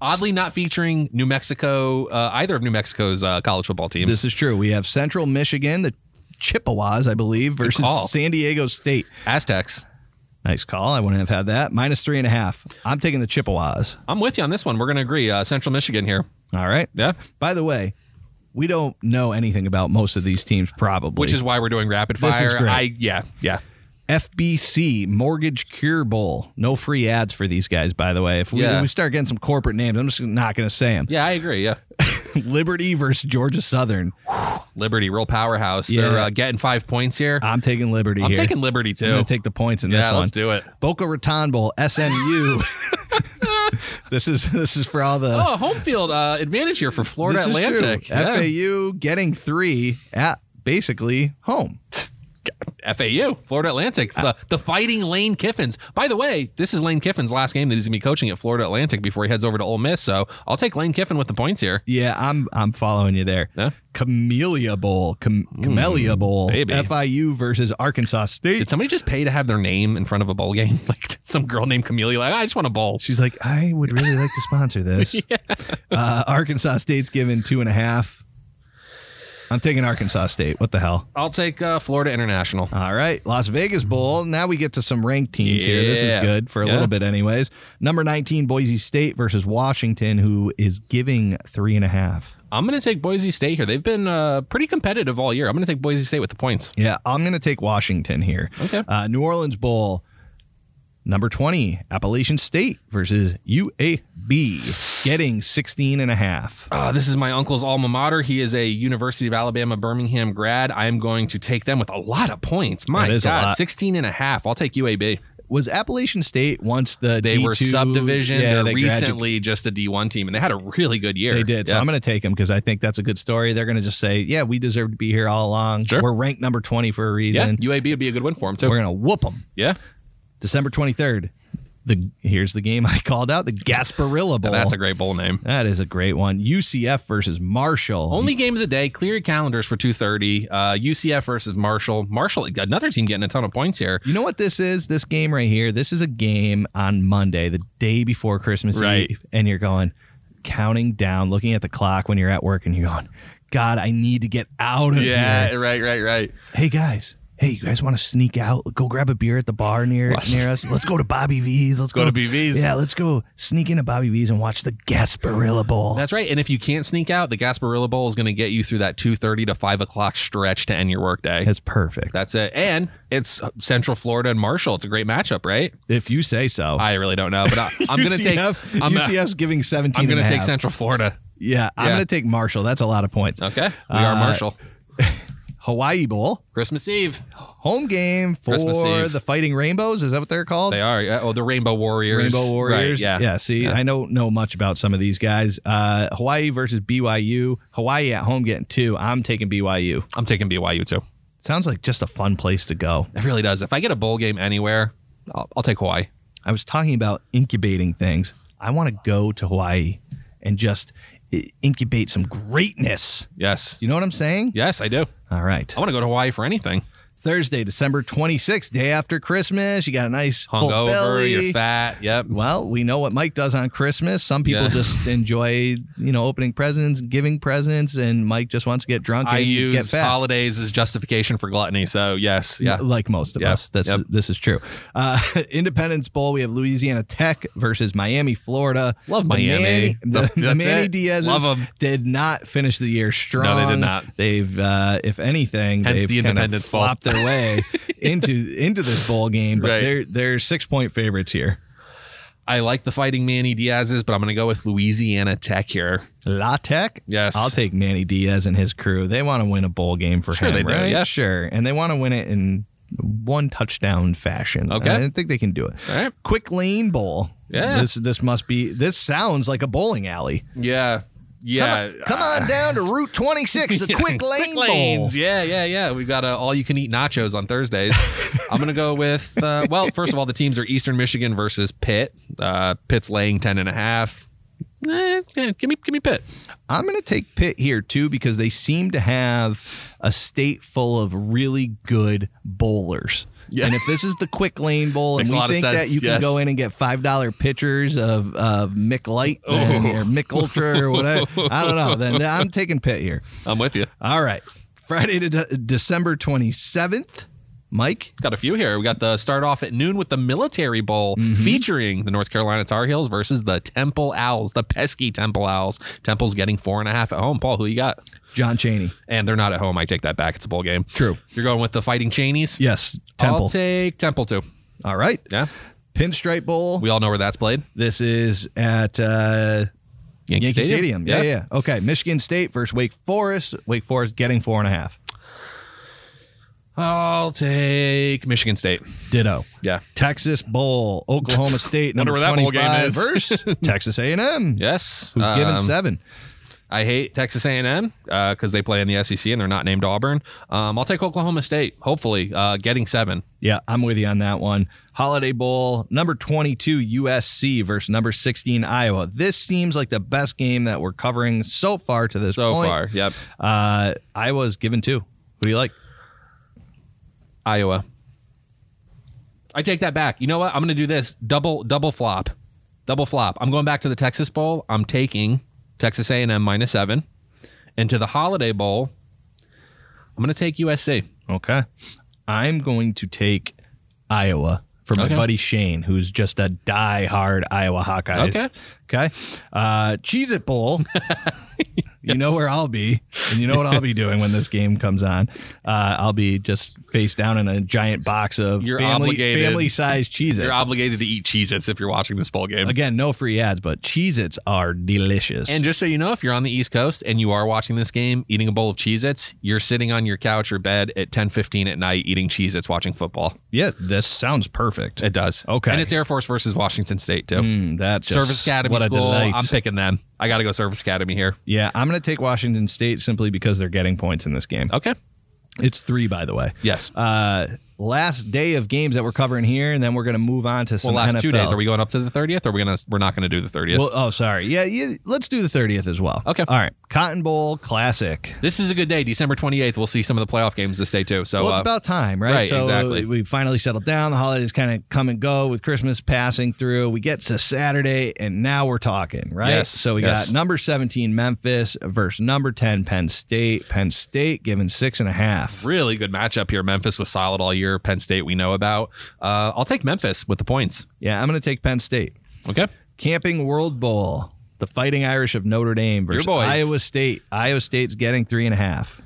Speaker 1: oddly not featuring New Mexico, uh, either of New Mexico's uh, college football teams.
Speaker 4: This is true. We have Central Michigan, the Chippewas, I believe, versus
Speaker 1: call.
Speaker 4: San Diego State.
Speaker 1: Aztecs.
Speaker 4: Nice call. I wouldn't have had that. Minus three and a half. I'm taking the Chippewas.
Speaker 1: I'm with you on this one. We're going to agree. Uh, Central Michigan here.
Speaker 4: All right.
Speaker 1: Yeah.
Speaker 4: By the way, we don't know anything about most of these teams, probably.
Speaker 1: Which is why we're doing rapid
Speaker 4: This
Speaker 1: fire.
Speaker 4: is great.
Speaker 1: I yeah yeah.
Speaker 4: FBC Mortgage Cure Bowl. No free ads for these guys, by the way. If we,
Speaker 1: Yeah.
Speaker 4: if we start getting some corporate names, I'm just not going to say them.
Speaker 1: Yeah, I agree. Yeah.
Speaker 4: Liberty versus Georgia Southern.
Speaker 1: Liberty, real powerhouse. They're
Speaker 4: Yeah.
Speaker 1: uh, getting five points here.
Speaker 4: I'm taking Liberty
Speaker 1: I'm
Speaker 4: here.
Speaker 1: taking Liberty
Speaker 4: I'm
Speaker 1: too.
Speaker 4: going to take the points in
Speaker 1: yeah,
Speaker 4: this one.
Speaker 1: let's do it.
Speaker 4: Boca Raton Bowl. SMU. this is this is for all the
Speaker 1: Oh, home field uh, advantage here for Florida
Speaker 4: This is true.
Speaker 1: Atlantic. Yeah.
Speaker 4: FAU getting three at basically home.
Speaker 1: FAU, Florida Atlantic, the, the fighting Lane Kiffins. By the way, this is Lane Kiffin's last game that he's going to be coaching at Florida Atlantic before he heads over to Ole Miss. So I'll take Lane Kiffin with the points here.
Speaker 4: Yeah, I'm I'm following you there.
Speaker 1: Yeah. Mm,
Speaker 4: Camellia Bowl, Cam- Camellia Bowl,
Speaker 1: baby.
Speaker 4: FIU versus Arkansas State.
Speaker 1: Did somebody just pay to have their name in front of a bowl game? Like did some girl named Camelia, like I just want a bowl.
Speaker 4: She's like, I would really like to sponsor this. uh, Arkansas State's given two and a half. I'm taking Arkansas State. What the hell?
Speaker 1: I'll take uh, Florida International.
Speaker 4: All right, Las Vegas Bowl. Now we get to some ranked teams here. This is
Speaker 1: Yeah.
Speaker 4: good for a
Speaker 1: Yeah.
Speaker 4: little bit, anyways. Number 19, Boise State versus Washington, who is giving three and a half.
Speaker 1: I'm going to take Boise State here. They've been uh, pretty competitive all year. I'm going to take Boise State with the points.
Speaker 4: Yeah, I'm going to take Washington here.
Speaker 1: Okay.
Speaker 4: Uh, New Orleans Bowl, number 20, Appalachian State versus UAB, getting 16 and a half.
Speaker 1: Uh, this is my uncle's alma mater. He is a University of Alabama Birmingham grad. I am going to take them with a lot of points. My
Speaker 4: That
Speaker 1: God,
Speaker 4: is a lot.
Speaker 1: 16 and a half. I'll take UAB.
Speaker 4: Was Appalachian State once the
Speaker 1: They were
Speaker 4: D2
Speaker 1: subdivision.
Speaker 4: Yeah,
Speaker 1: They're
Speaker 4: they gradu-
Speaker 1: recently just a D1 team, and they had a really good year.
Speaker 4: They did. So
Speaker 1: Yeah.
Speaker 4: I'm going to take them because I think that's a good story. They're going to just say, yeah, we deserve to be here all along.
Speaker 1: Sure.
Speaker 4: We're ranked number 20 for a
Speaker 1: yeah,
Speaker 4: reason.
Speaker 1: UAB would be a good win for them,
Speaker 4: We're
Speaker 1: too.
Speaker 4: going to whoop them.
Speaker 1: Yeah.
Speaker 4: December 23rd, the here's the game I called out the Gasparilla Bowl.
Speaker 1: Now, that's a great bowl name.
Speaker 4: That is a great one. UCF versus Marshall.
Speaker 1: Only game of the day. Clear your calendars for 2:30. Uh, UCF versus Marshall. Marshall, another team getting a ton of points here.
Speaker 4: You know what this is? This game right here. This is a game on Monday, the day before Christmas
Speaker 1: Right.
Speaker 4: Eve, and you're going counting down, looking at the clock when you're at work, and you're going, "God, I need to get out of
Speaker 1: Yeah,
Speaker 4: here."
Speaker 1: right, right, right.
Speaker 4: Hey guys, hey, you guys want to sneak out? Go grab a beer at the bar near
Speaker 1: Watch-
Speaker 4: near us. Let's go to Bobby V's. Let's
Speaker 1: Go
Speaker 4: go,
Speaker 1: to BV's.
Speaker 4: Yeah, let's go sneak into Bobby V's and watch the Gasparilla Bowl.
Speaker 1: That's right. And if you can't sneak out, the Gasparilla Bowl is going to get you through that 2:30 to 5 o'clock stretch to end your workday.
Speaker 4: That's perfect.
Speaker 1: That's it. And it's Central Florida and Marshall. It's a great matchup, right?
Speaker 4: if you say so.
Speaker 1: I really don't know, but I, I'm going to take
Speaker 4: UCF
Speaker 1: I'm,
Speaker 4: UCF's giving 17
Speaker 1: I'm going to
Speaker 4: and a
Speaker 1: take
Speaker 4: half.
Speaker 1: Central Florida.
Speaker 4: Yeah, I'm
Speaker 1: Yeah.
Speaker 4: going to take Marshall. That's a lot of points.
Speaker 1: Okay. We are
Speaker 4: Uh,
Speaker 1: Marshall.
Speaker 4: Hawaii Bowl,
Speaker 1: Christmas Eve.
Speaker 4: home game for
Speaker 1: Christmas Eve.
Speaker 4: the Fighting Rainbows. Is that what they're called?
Speaker 1: They are. yeah. Oh, the Rainbow Warriors.
Speaker 4: Rainbow
Speaker 1: Right,
Speaker 4: Warriors.
Speaker 1: yeah.
Speaker 4: Yeah. See, I don't know much about some of these guys. Uh, Hawaii versus BYU. Hawaii at home getting two. I'm taking BYU.
Speaker 1: I'm taking BYU too.
Speaker 4: Sounds like just a fun place to go.
Speaker 1: It really does. If I get a bowl game anywhere, I'll, I'll take Hawaii.
Speaker 4: I was talking about incubating things. I want to go to Hawaii and just i- incubate some greatness.
Speaker 1: Yes.
Speaker 4: You know what I'm saying?
Speaker 1: Yes, I do.
Speaker 4: All right.
Speaker 1: I want to go to Hawaii for anything.
Speaker 4: Thursday, December 26th, day after Christmas. You got a nice full
Speaker 1: Hungover,
Speaker 4: belly.
Speaker 1: you're fat. Yep.
Speaker 4: Well, we know what Mike does on Christmas. Some people
Speaker 1: Yeah.
Speaker 4: just enjoy, you know, opening presents, giving presents, and Mike just wants to get drunk and
Speaker 1: I
Speaker 4: get
Speaker 1: use
Speaker 4: fat.
Speaker 1: holidays as justification for gluttony. So, yes. Yeah.
Speaker 4: Like most of
Speaker 1: Yeah.
Speaker 4: us, this
Speaker 1: Yep.
Speaker 4: this is true. Uh, Independence Bowl, we have Louisiana Tech versus Miami, Florida.
Speaker 1: Love
Speaker 4: The
Speaker 1: Miami.
Speaker 4: Manny, the, the
Speaker 1: That's
Speaker 4: Manny
Speaker 1: it.
Speaker 4: Diaz
Speaker 1: Love 'em.
Speaker 4: did not finish the year strong.
Speaker 1: not.
Speaker 4: They've, uh, if anything,
Speaker 1: Hence
Speaker 4: they've
Speaker 1: the
Speaker 4: kind of
Speaker 1: Independence Bowl.
Speaker 4: flopped their way into into this bowl game. But
Speaker 1: Right.
Speaker 4: they're they're six point favorites here.
Speaker 1: I like the fighting Manny Diaz's, but I'm going to go with Louisiana Tech here.
Speaker 4: La Tech?
Speaker 1: Yes.
Speaker 4: I'll take Manny Diaz and his crew. They want to win a bowl game for
Speaker 1: Sure
Speaker 4: him,
Speaker 1: they do,
Speaker 4: right?
Speaker 1: yeah.
Speaker 4: Sure. And they want to win it in one touchdown fashion.
Speaker 1: Okay.
Speaker 4: I think they can do it.
Speaker 1: All right.
Speaker 4: Quick lane bowl.
Speaker 1: Yeah.
Speaker 4: This this must be this sounds like a bowling alley.
Speaker 1: Yeah. Yeah. Uh,
Speaker 4: Come on, come on down to Route 26, the quick lane
Speaker 1: lanes.
Speaker 4: bowl.
Speaker 1: Yeah, yeah, yeah. We've got uh, all you can eat nachos on Thursdays. I'm going to go with, uh, well, first of all, the teams are Eastern Michigan versus Pitt. Uh, Pitt's laying 10 and a half. Eh, yeah, give me, give me Pitt.
Speaker 4: I'm going to take Pitt here too because they seem to have a state full of really good bowlers.
Speaker 1: Yeah.
Speaker 4: And if this is the quick lane bowl,
Speaker 1: Makes a
Speaker 4: and we
Speaker 1: lot of
Speaker 4: think that
Speaker 1: sense,
Speaker 4: you
Speaker 1: yes.
Speaker 4: can go in and get five dollar pitchers of of Mick Light then,
Speaker 1: Ooh.
Speaker 4: or Mick Ultra or whatever, I don't know. Then I'm taking Pitt here.
Speaker 1: I'm with you.
Speaker 4: All right, Friday to de- December 27th, Mike.
Speaker 1: Got a few here. We got the start off at noon with the Military Bowl
Speaker 4: Mm-hmm.
Speaker 1: featuring the North Carolina Tar Heels versus the Temple Owls, the pesky Temple Owls. Temple's getting four and a half at home. Paul, who you got?
Speaker 4: John Cheney.
Speaker 1: And they're not at home. I take that back. It's a bowl game.
Speaker 4: True.
Speaker 1: You're going with the Fighting Cheneys?
Speaker 4: Yes,
Speaker 1: I'll
Speaker 4: Temple.
Speaker 1: take Temple too.
Speaker 4: All right,
Speaker 1: Yeah.
Speaker 4: Pinstripe Bowl.
Speaker 1: We all know where that's played.
Speaker 4: This is at uh,
Speaker 1: Yankee,
Speaker 4: Yankee Stadium. Yeah. yeah, Okay, Michigan State versus Wake Forest. Wake Forest getting four and a half.
Speaker 1: I'll take Michigan State.
Speaker 4: Ditto.
Speaker 1: Yeah.
Speaker 4: Texas Bowl, Oklahoma State
Speaker 1: Wonder
Speaker 4: number
Speaker 1: where that bowl game
Speaker 4: 25
Speaker 1: is.
Speaker 4: versus Texas A&M.
Speaker 1: Yes.
Speaker 4: Who's given
Speaker 1: Um,
Speaker 4: seven?
Speaker 1: I hate Texas A&M because uh, they play in the SEC and they're not named Auburn. Um, I'll take Oklahoma State. Hopefully, uh, getting seven.
Speaker 4: Yeah, I'm with you on that one. Holiday Bowl, number 22 USC versus number 16 Iowa. This seems like the best game that we're covering so far to this
Speaker 1: So
Speaker 4: point.
Speaker 1: far, yep.
Speaker 4: Uh, Iowa's given two. Who do you like?
Speaker 1: Iowa. I take that back. You know what? I'm going to do this double double flop, double flop. I'm going back to the Texas Bowl. I'm taking Texas A&M minus seven, and to the Holiday Bowl, I'm going to take USC.
Speaker 4: Okay. I'm going to take Iowa for my
Speaker 1: Okay.
Speaker 4: buddy Shane, who's just a die-hard Iowa Hawkeye.
Speaker 1: Okay.
Speaker 4: Okay. Uh, Cheez It Bowl. You know where I'll be, and you know what I'll be doing when this game comes on. Uh, I'll be just face down in a giant box of
Speaker 1: You're
Speaker 4: family,
Speaker 1: obligated.
Speaker 4: family-sized Cheez-Its.
Speaker 1: You're obligated to eat Cheez-Its if you're watching this bowl game.
Speaker 4: Again, no free ads, but Cheez-Its are delicious.
Speaker 1: And just so you know, if you're on the East Coast and you are watching this game, eating a bowl of Cheez-Its, you're sitting on your couch or bed at 10:15 at night eating Cheez-Its watching football.
Speaker 4: yeah, this sounds perfect.
Speaker 1: It does.
Speaker 4: Okay.
Speaker 1: And it's Air Force versus Washington State too.
Speaker 4: Mm, that just,
Speaker 1: Service Academy
Speaker 4: what a
Speaker 1: school.
Speaker 4: delight.
Speaker 1: I'm picking them. I got to go Service Academy here.
Speaker 4: yeah, I'm going to take Washington State simply because they're getting points in this game.
Speaker 1: Okay.
Speaker 4: It's three, by the way.
Speaker 1: Yes.
Speaker 4: Uh, last day of games that we're covering here, and then we're going to move on to some
Speaker 1: Well, last two
Speaker 4: NFL.
Speaker 1: days. Are we going up to the thirtieth? Or are we gonna? We're not gonna do the thirtieth.
Speaker 4: Well, oh, sorry. Yeah, yeah, let's do the 30th as well.
Speaker 1: Okay.
Speaker 4: All right. Cotton Bowl Classic.
Speaker 1: this is a good day, December twenty eighth. We'll see some of the playoff games this day too. So
Speaker 4: Well, it's
Speaker 1: uh,
Speaker 4: about time, right?
Speaker 1: right,
Speaker 4: so
Speaker 1: exactly.
Speaker 4: we finally settled down. The holidays kind of come and go with Christmas passing through. We get to Saturday, and now we're talking, right?
Speaker 1: Yes,
Speaker 4: so we
Speaker 1: yes.
Speaker 4: got number 17 Memphis versus number 10 Penn State. Penn State given six and a half.
Speaker 1: really good matchup here. Memphis was solid all year. Penn State we know about. Uh, I'll take Memphis with the points.
Speaker 4: Yeah, I'm going to take Penn State.
Speaker 1: Okay.
Speaker 4: Camping World Bowl, the Fighting Irish of Notre Dame versus
Speaker 1: boys.
Speaker 4: Iowa State. Iowa State's getting three and a half.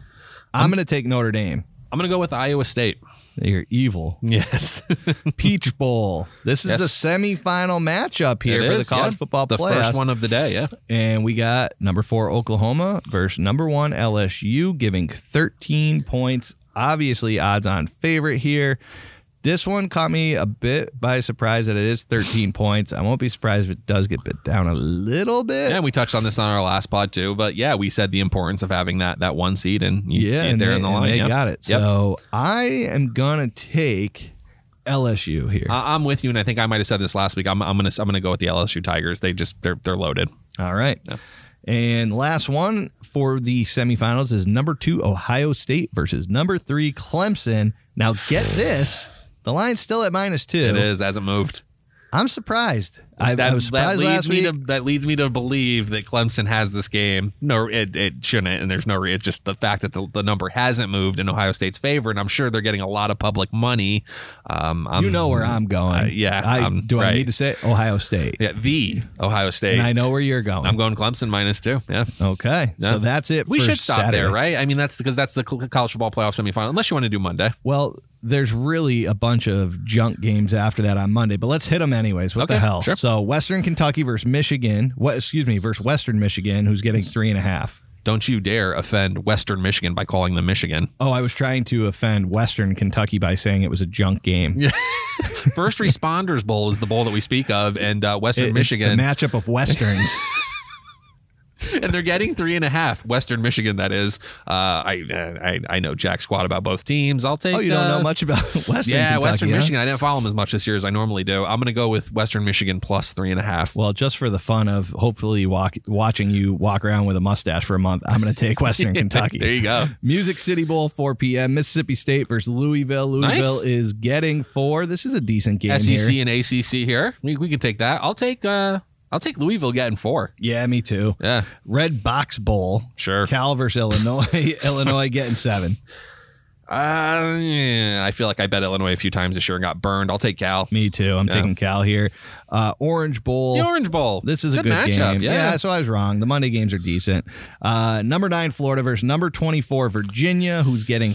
Speaker 4: I'm going to take Notre Dame.
Speaker 1: I'm gonna go with Iowa State.
Speaker 4: You're evil.
Speaker 1: Yes.
Speaker 4: Peach Bowl. This is
Speaker 1: Yes.
Speaker 4: the semifinal matchup here
Speaker 1: It
Speaker 4: for
Speaker 1: is,
Speaker 4: the college
Speaker 1: yeah.
Speaker 4: football
Speaker 1: The
Speaker 4: playoffs.
Speaker 1: first one of the day, yeah.
Speaker 4: And we got number four Oklahoma versus number one LSU, giving 13 points. Obviously, odds on favorite here. This one caught me a bit by surprise that it is 13 points. I won't be surprised if it does get bit down a little bit.
Speaker 1: Yeah, and we touched on this on our last pod too, but yeah, we said the importance of having that that one seed, and you see it
Speaker 4: and
Speaker 1: there
Speaker 4: they,
Speaker 1: in the
Speaker 4: and
Speaker 1: line.
Speaker 4: they
Speaker 1: yeah.
Speaker 4: got it.
Speaker 1: Yep.
Speaker 4: So I am gonna take LSU here.
Speaker 1: I- I'm with you, and I think I might have said this last week. I'm, I'm gonna I'm gonna go with the LSU Tigers. They just they're they're loaded.
Speaker 4: All right. And last one for the semifinals is number two Ohio State versus number three Clemson. Now get this, the line's still at minus two.
Speaker 1: It is hasn't moved.
Speaker 4: I'm surprised. I,
Speaker 1: That,
Speaker 4: I was
Speaker 1: that
Speaker 4: surprised
Speaker 1: leads
Speaker 4: last
Speaker 1: me
Speaker 4: week.
Speaker 1: to that leads me to believe that Clemson has this game. No, it, it shouldn't, and there's no. re- It's just the fact that the, the number hasn't moved in Ohio State's favor, and I'm sure they're getting a lot of public money. Um, I'm,
Speaker 4: you know where I'm going.
Speaker 1: Uh, yeah,
Speaker 4: I,
Speaker 1: um,
Speaker 4: do
Speaker 1: right.
Speaker 4: I need to say Ohio State?
Speaker 1: yeah, the Ohio State.
Speaker 4: And I know where you're going.
Speaker 1: I'm going Clemson minus two. Yeah.
Speaker 4: okay.
Speaker 1: Yeah.
Speaker 4: So that's it.
Speaker 1: We
Speaker 4: for
Speaker 1: should stop
Speaker 4: Saturday.
Speaker 1: there, right? I mean, that's because that's the cl- college football playoff semifinal. Unless you want to do Monday.
Speaker 4: Well, there's really a bunch of junk games after that on Monday, but let's hit them anyways. What the
Speaker 1: Okay,
Speaker 4: hell?
Speaker 1: sure.
Speaker 4: So Western Kentucky versus Michigan. What? Excuse me, versus Western Michigan, who's getting three and a half.
Speaker 1: Don't you dare offend Western Michigan by calling them Michigan.
Speaker 4: Oh, I was trying to offend Western Kentucky by saying it was a junk game.
Speaker 1: First Responders Bowl is the bowl that we speak of, and uh,
Speaker 4: It-
Speaker 1: Western
Speaker 4: it's
Speaker 1: Michigan,
Speaker 4: the matchup of westerns.
Speaker 1: and they're getting three and a half. Western Michigan, that is. Uh, I, I I know jack squat about both teams. I'll take.
Speaker 4: oh, you don't
Speaker 1: uh,
Speaker 4: know much about Western
Speaker 1: Yeah,
Speaker 4: Kentucky.
Speaker 1: Western
Speaker 4: huh?
Speaker 1: Michigan. I didn't follow them as much this year as I normally do. I'm going to go with Western Michigan plus three and a half.
Speaker 4: Well, just for the fun of hopefully walk, watching you walk around with a mustache for a month, I'm going to take Western Kentucky.
Speaker 1: There you go.
Speaker 4: Music City Bowl, 4 p.m. Mississippi State versus Louisville. Louisville is getting four. This is a decent game
Speaker 1: SEC
Speaker 4: here.
Speaker 1: E and ACC here. We, we can take that. I'll take. uh I'll take Louisville getting four.
Speaker 4: Yeah, me too.
Speaker 1: Yeah,
Speaker 4: Red Box Bowl,
Speaker 1: sure.
Speaker 4: Cal versus Illinois. Illinois getting seven.
Speaker 1: Uh, yeah, I feel like I bet Illinois a few times this year and got burned. I'll take Cal.
Speaker 4: Me too. I'm
Speaker 1: Yeah.
Speaker 4: taking Cal here. Uh, Orange Bowl.
Speaker 1: The Orange Bowl.
Speaker 4: This is a good
Speaker 1: matchup.
Speaker 4: game.
Speaker 1: Yeah.
Speaker 4: so I was wrong. The Monday games are decent. Uh, number nine, Florida versus number 24, Virginia, who's getting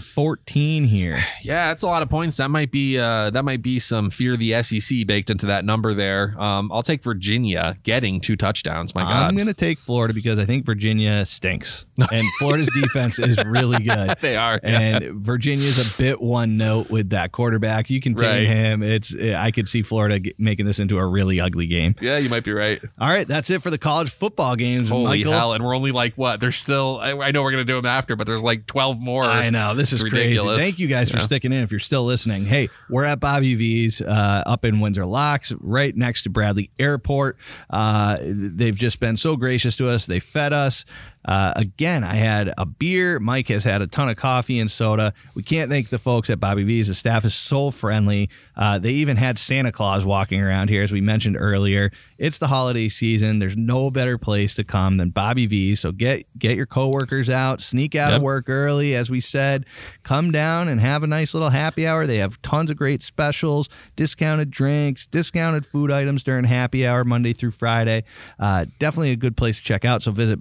Speaker 4: 14 here.
Speaker 1: Yeah, that's a lot of points. That might be uh, that might be some fear of the SEC baked into that number there. Um, I'll take Virginia getting two touchdowns. My God,
Speaker 4: I'm going to take Florida because I think Virginia stinks. And Florida's defense is really good.
Speaker 1: they are. yeah.
Speaker 4: And Virginia's a bit one note with that quarterback. You can
Speaker 1: Right.
Speaker 4: take him. It's I could see Florida g- making this into a really ugly game.
Speaker 1: Yeah, you might be right.
Speaker 4: All right, that's it for the college football games.
Speaker 1: Holy
Speaker 4: Michael,
Speaker 1: hell! And we're only like what? There's still. I, I know we're gonna do them after, but there's like 12 more.
Speaker 4: I know this
Speaker 1: It's
Speaker 4: is crazy.
Speaker 1: ridiculous.
Speaker 4: Thank you guys
Speaker 1: Yeah.
Speaker 4: for sticking in. If you're still listening, hey, we're at Bobby V's uh, up in Windsor Locks, right next to Bradley Airport. Uh, they've just been so gracious to us. They fed us. Uh, again, I had a beer. Mike has had a ton of coffee and soda. We can't thank the folks at Bobby V's. The staff is so friendly. Uh, they even had Santa Claus walking around here, as we mentioned earlier. It's the holiday season. There's no better place to come than Bobby V's. So get get your coworkers out, sneak out
Speaker 1: Yep.
Speaker 4: of work early, as we said. Come down and have a nice little happy hour. They have tons of great specials, discounted drinks, discounted food items during happy hour Monday through Friday. Uh, definitely a good place to check out. So visit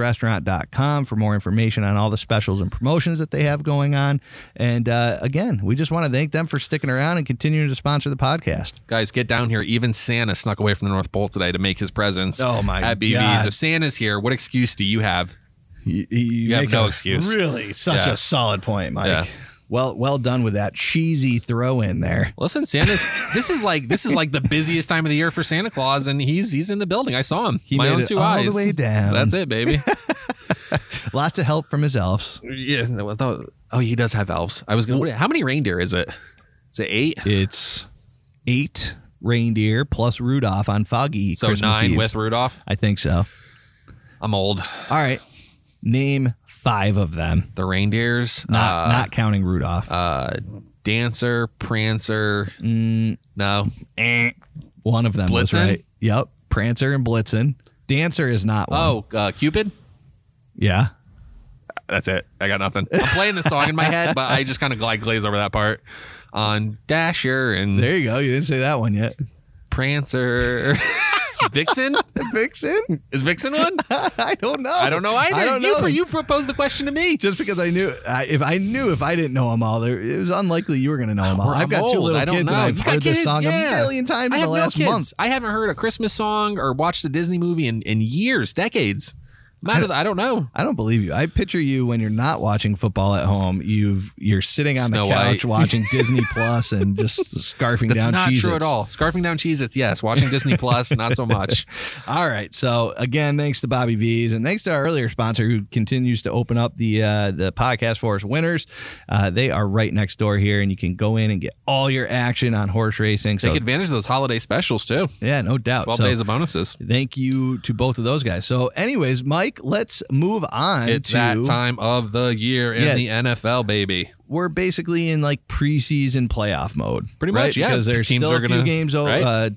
Speaker 4: BobbyV'sRestaurant.com for more information on all the specials and promotions that they have going on. And uh, again, we just want to thank them for sticking around and continuing to sponsor the podcast.
Speaker 1: Guys, get down here. Even Santa snuck away from the North Pole today to make his presence.
Speaker 4: Oh, my
Speaker 1: at BB's.
Speaker 4: God.
Speaker 1: If Santa's here, what excuse do you have?
Speaker 4: You, you
Speaker 1: have
Speaker 4: make
Speaker 1: no
Speaker 4: a-
Speaker 1: excuse.
Speaker 4: Really, such
Speaker 1: Yeah.
Speaker 4: a solid point, Mike.
Speaker 1: Yeah.
Speaker 4: Well, well done with that cheesy throw in there.
Speaker 1: Listen, Santa's. this is like this is like the busiest time of the year for Santa Claus, and he's he's in the building. I saw him.
Speaker 4: He
Speaker 1: my
Speaker 4: made
Speaker 1: own
Speaker 4: it
Speaker 1: two
Speaker 4: all the
Speaker 1: eyes.
Speaker 4: way down.
Speaker 1: That's it, baby.
Speaker 4: Lots of help from his elves.
Speaker 1: Yes. no, I thought- Oh, he does have elves. I was going. to How many reindeer is it? Is it eight?
Speaker 4: It's eight reindeer plus Rudolph on foggy
Speaker 1: So
Speaker 4: Christmas
Speaker 1: nine
Speaker 4: Eve.
Speaker 1: with Rudolph.
Speaker 4: I think so.
Speaker 1: I'm old.
Speaker 4: All right, name five of them,
Speaker 1: The reindeers.
Speaker 4: not
Speaker 1: uh,
Speaker 4: not counting Rudolph.
Speaker 1: Dancer, Prancer. No.
Speaker 4: Mm, Eh. one of them was
Speaker 1: Blitzen?
Speaker 4: right. Yep, Prancer and Blitzen. Dancer is not one.
Speaker 1: Oh, uh, Cupid.
Speaker 4: yeah.
Speaker 1: That's it. I got nothing. I'm playing this song in my head, but I just kind of like glaze over that part on Dasher and
Speaker 4: There you go. You didn't say that one yet.
Speaker 1: Prancer. Vixen
Speaker 4: Vixen?
Speaker 1: is Vixen one?
Speaker 4: I don't know.
Speaker 1: I don't know either.
Speaker 4: I don't
Speaker 1: you,
Speaker 4: know.
Speaker 1: You proposed the question to me.
Speaker 4: just because I knew I, if I knew if I didn't know them all, there it was unlikely you were going to know them all.
Speaker 1: Or
Speaker 4: I've
Speaker 1: I'm
Speaker 4: got two
Speaker 1: old.
Speaker 4: little
Speaker 1: I don't
Speaker 4: kids,
Speaker 1: know.
Speaker 4: and I've
Speaker 1: You got
Speaker 4: heard this
Speaker 1: kids?
Speaker 4: song
Speaker 1: Yeah.
Speaker 4: a million times
Speaker 1: I
Speaker 4: in the
Speaker 1: have no
Speaker 4: last
Speaker 1: kids.
Speaker 4: month.
Speaker 1: I haven't heard a Christmas song or watched a Disney movie in, in years, decades. I'm out of the- I don't know.
Speaker 4: I don't believe you. I picture you when you're not watching football at home. You've you're sitting on
Speaker 1: Snow
Speaker 4: the
Speaker 1: White.
Speaker 4: couch watching Disney Plus and just scarfing
Speaker 1: That's
Speaker 4: down
Speaker 1: not
Speaker 4: cheese.
Speaker 1: true at all. Scarfing down cheese, it's yes. Watching Disney Plus, not so much.
Speaker 4: All right. So again, thanks to Bobby V's and thanks to our earlier sponsor who continues to open up the uh, the podcast for us. Winners, uh, they are right next door here, and you can go in and get all your action on horse racing. So
Speaker 1: Take advantage of those holiday specials too.
Speaker 4: yeah, no doubt.
Speaker 1: 12
Speaker 4: So
Speaker 1: days of bonuses.
Speaker 4: thank you to both of those guys. So, anyways, Mike, let's move on.
Speaker 1: It's
Speaker 4: to,
Speaker 1: that time of the year in
Speaker 4: Yeah.
Speaker 1: the NFL, baby.
Speaker 4: We're basically in like preseason playoff mode,
Speaker 1: Pretty
Speaker 4: right?
Speaker 1: much, yeah.
Speaker 4: Because there's
Speaker 1: Teams
Speaker 4: still
Speaker 1: are
Speaker 4: a few
Speaker 1: gonna-
Speaker 4: games over.
Speaker 1: right?
Speaker 4: Uh,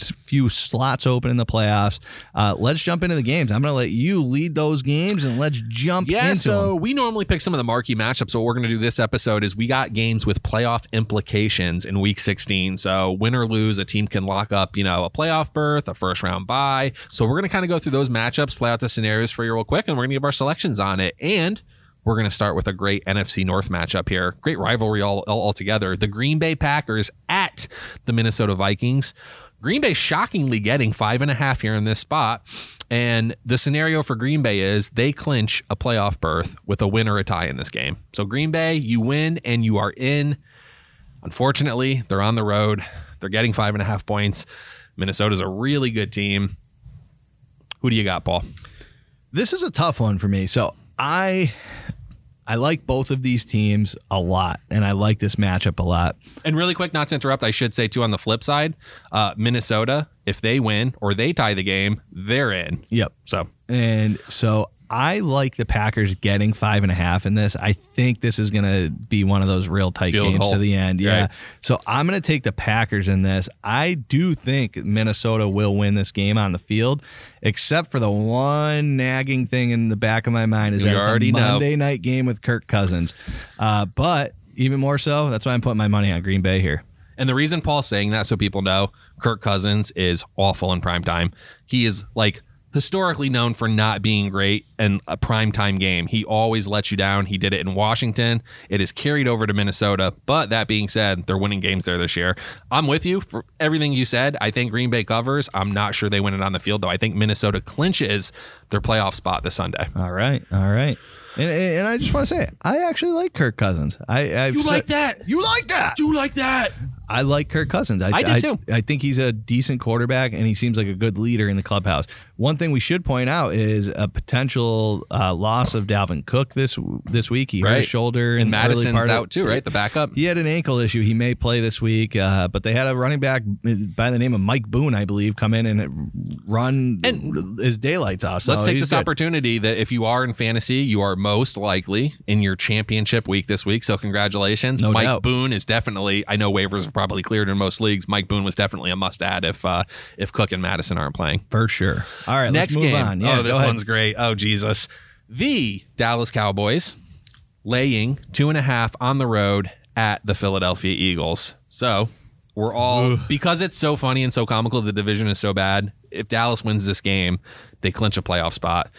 Speaker 4: s- few slots open in the playoffs. Uh, let's jump into the games. I'm going to let you lead those games and let's jump
Speaker 1: Yeah,
Speaker 4: into
Speaker 1: so
Speaker 4: 'em.
Speaker 1: we normally pick some of the marquee matchups. So what we're going to do this episode is we got games with playoff implications in Week 16. So win or lose, a team can lock up, you know, a playoff berth, a first round bye. So we're going to kind of go through those matchups, play out the scenarios for you real quick, and we're going to give our selections on it. And we're going to start with a great NFC North matchup here. Great rivalry all, all altogether. The Green Bay Packers at the Minnesota Vikings. Green Bay shockingly getting five and a half here in this spot. And the scenario for Green Bay is they clinch a playoff berth with a win or a tie in this game. So, Green Bay, you win and you are in. Unfortunately, they're on the road. They're getting five and a half points. Minnesota's a really good team. Who do you got, Paul?
Speaker 4: This is a tough one for me. So, I. I like both of these teams a lot, and I like this matchup a lot.
Speaker 1: And really quick, not to interrupt, I should say too on the flip side, uh, Minnesota, if they win or they tie the game, they're in.
Speaker 4: Yep.
Speaker 1: So
Speaker 4: And so I like the Packers getting five and a half in this. I think this is going to be one of those real tight
Speaker 1: Field
Speaker 4: games
Speaker 1: goal.
Speaker 4: to the end. Yeah.
Speaker 1: Right.
Speaker 4: So I'm going to take the Packers in this. I do think Minnesota will win this game on the field, except for the one nagging thing in the back of my mind is
Speaker 1: We
Speaker 4: that it's
Speaker 1: already
Speaker 4: a
Speaker 1: know.
Speaker 4: Monday night game with Kirk Cousins. Uh, but even more so, that's why I'm putting my money on Green Bay here.
Speaker 1: And the reason Paul's saying that, so people know, Kirk Cousins is awful in primetime. He is like historically known for not being great in a primetime game. He always lets you down. He did it in Washington. It is carried over to Minnesota. But that being said, they're winning games there this year. I'm with you for everything you said. I think Green Bay covers. I'm not sure they win it on the field, though. I think Minnesota clinches their playoff spot this Sunday.
Speaker 4: All right. All right. And, and I just want to say, I actually like Kirk Cousins. I, I've
Speaker 1: You
Speaker 4: said-
Speaker 1: like that?
Speaker 4: You like that?
Speaker 1: You like that?
Speaker 4: I like Kirk Cousins.
Speaker 1: I do,
Speaker 4: I,
Speaker 1: too.
Speaker 4: I think he's a decent quarterback and he seems like a good leader in the clubhouse. One thing we should point out is a potential uh, loss of Dalvin Cook this this week. He hurt
Speaker 1: Right.
Speaker 4: his shoulder in
Speaker 1: And
Speaker 4: the early part
Speaker 1: Madison's
Speaker 4: of-
Speaker 1: out too, right? The backup.
Speaker 4: He had an ankle issue. He may play this week, uh, but they had a running back by the name of Mike Boone, I believe, come in and run
Speaker 1: And-
Speaker 4: his daylights off. So
Speaker 1: Let's take
Speaker 4: he's
Speaker 1: this
Speaker 4: good.
Speaker 1: opportunity that if you are in fantasy, you are most likely in your championship week this week. So congratulations,
Speaker 4: No
Speaker 1: Mike
Speaker 4: doubt.
Speaker 1: Boone is definitely. I know waivers are probably cleared in most leagues. Mike Boone was definitely a must add if uh, if Cook and Madison aren't playing.
Speaker 4: for sure. All right,
Speaker 1: Next
Speaker 4: let's move
Speaker 1: game.
Speaker 4: on. Yeah,
Speaker 1: oh, this
Speaker 4: go ahead.
Speaker 1: one's great. Oh Jesus, the Dallas Cowboys laying two and a half on the road at the Philadelphia Eagles. So we're all because it's so funny and so comical. The division is so bad. If Dallas wins this game, they clinch a playoff spot,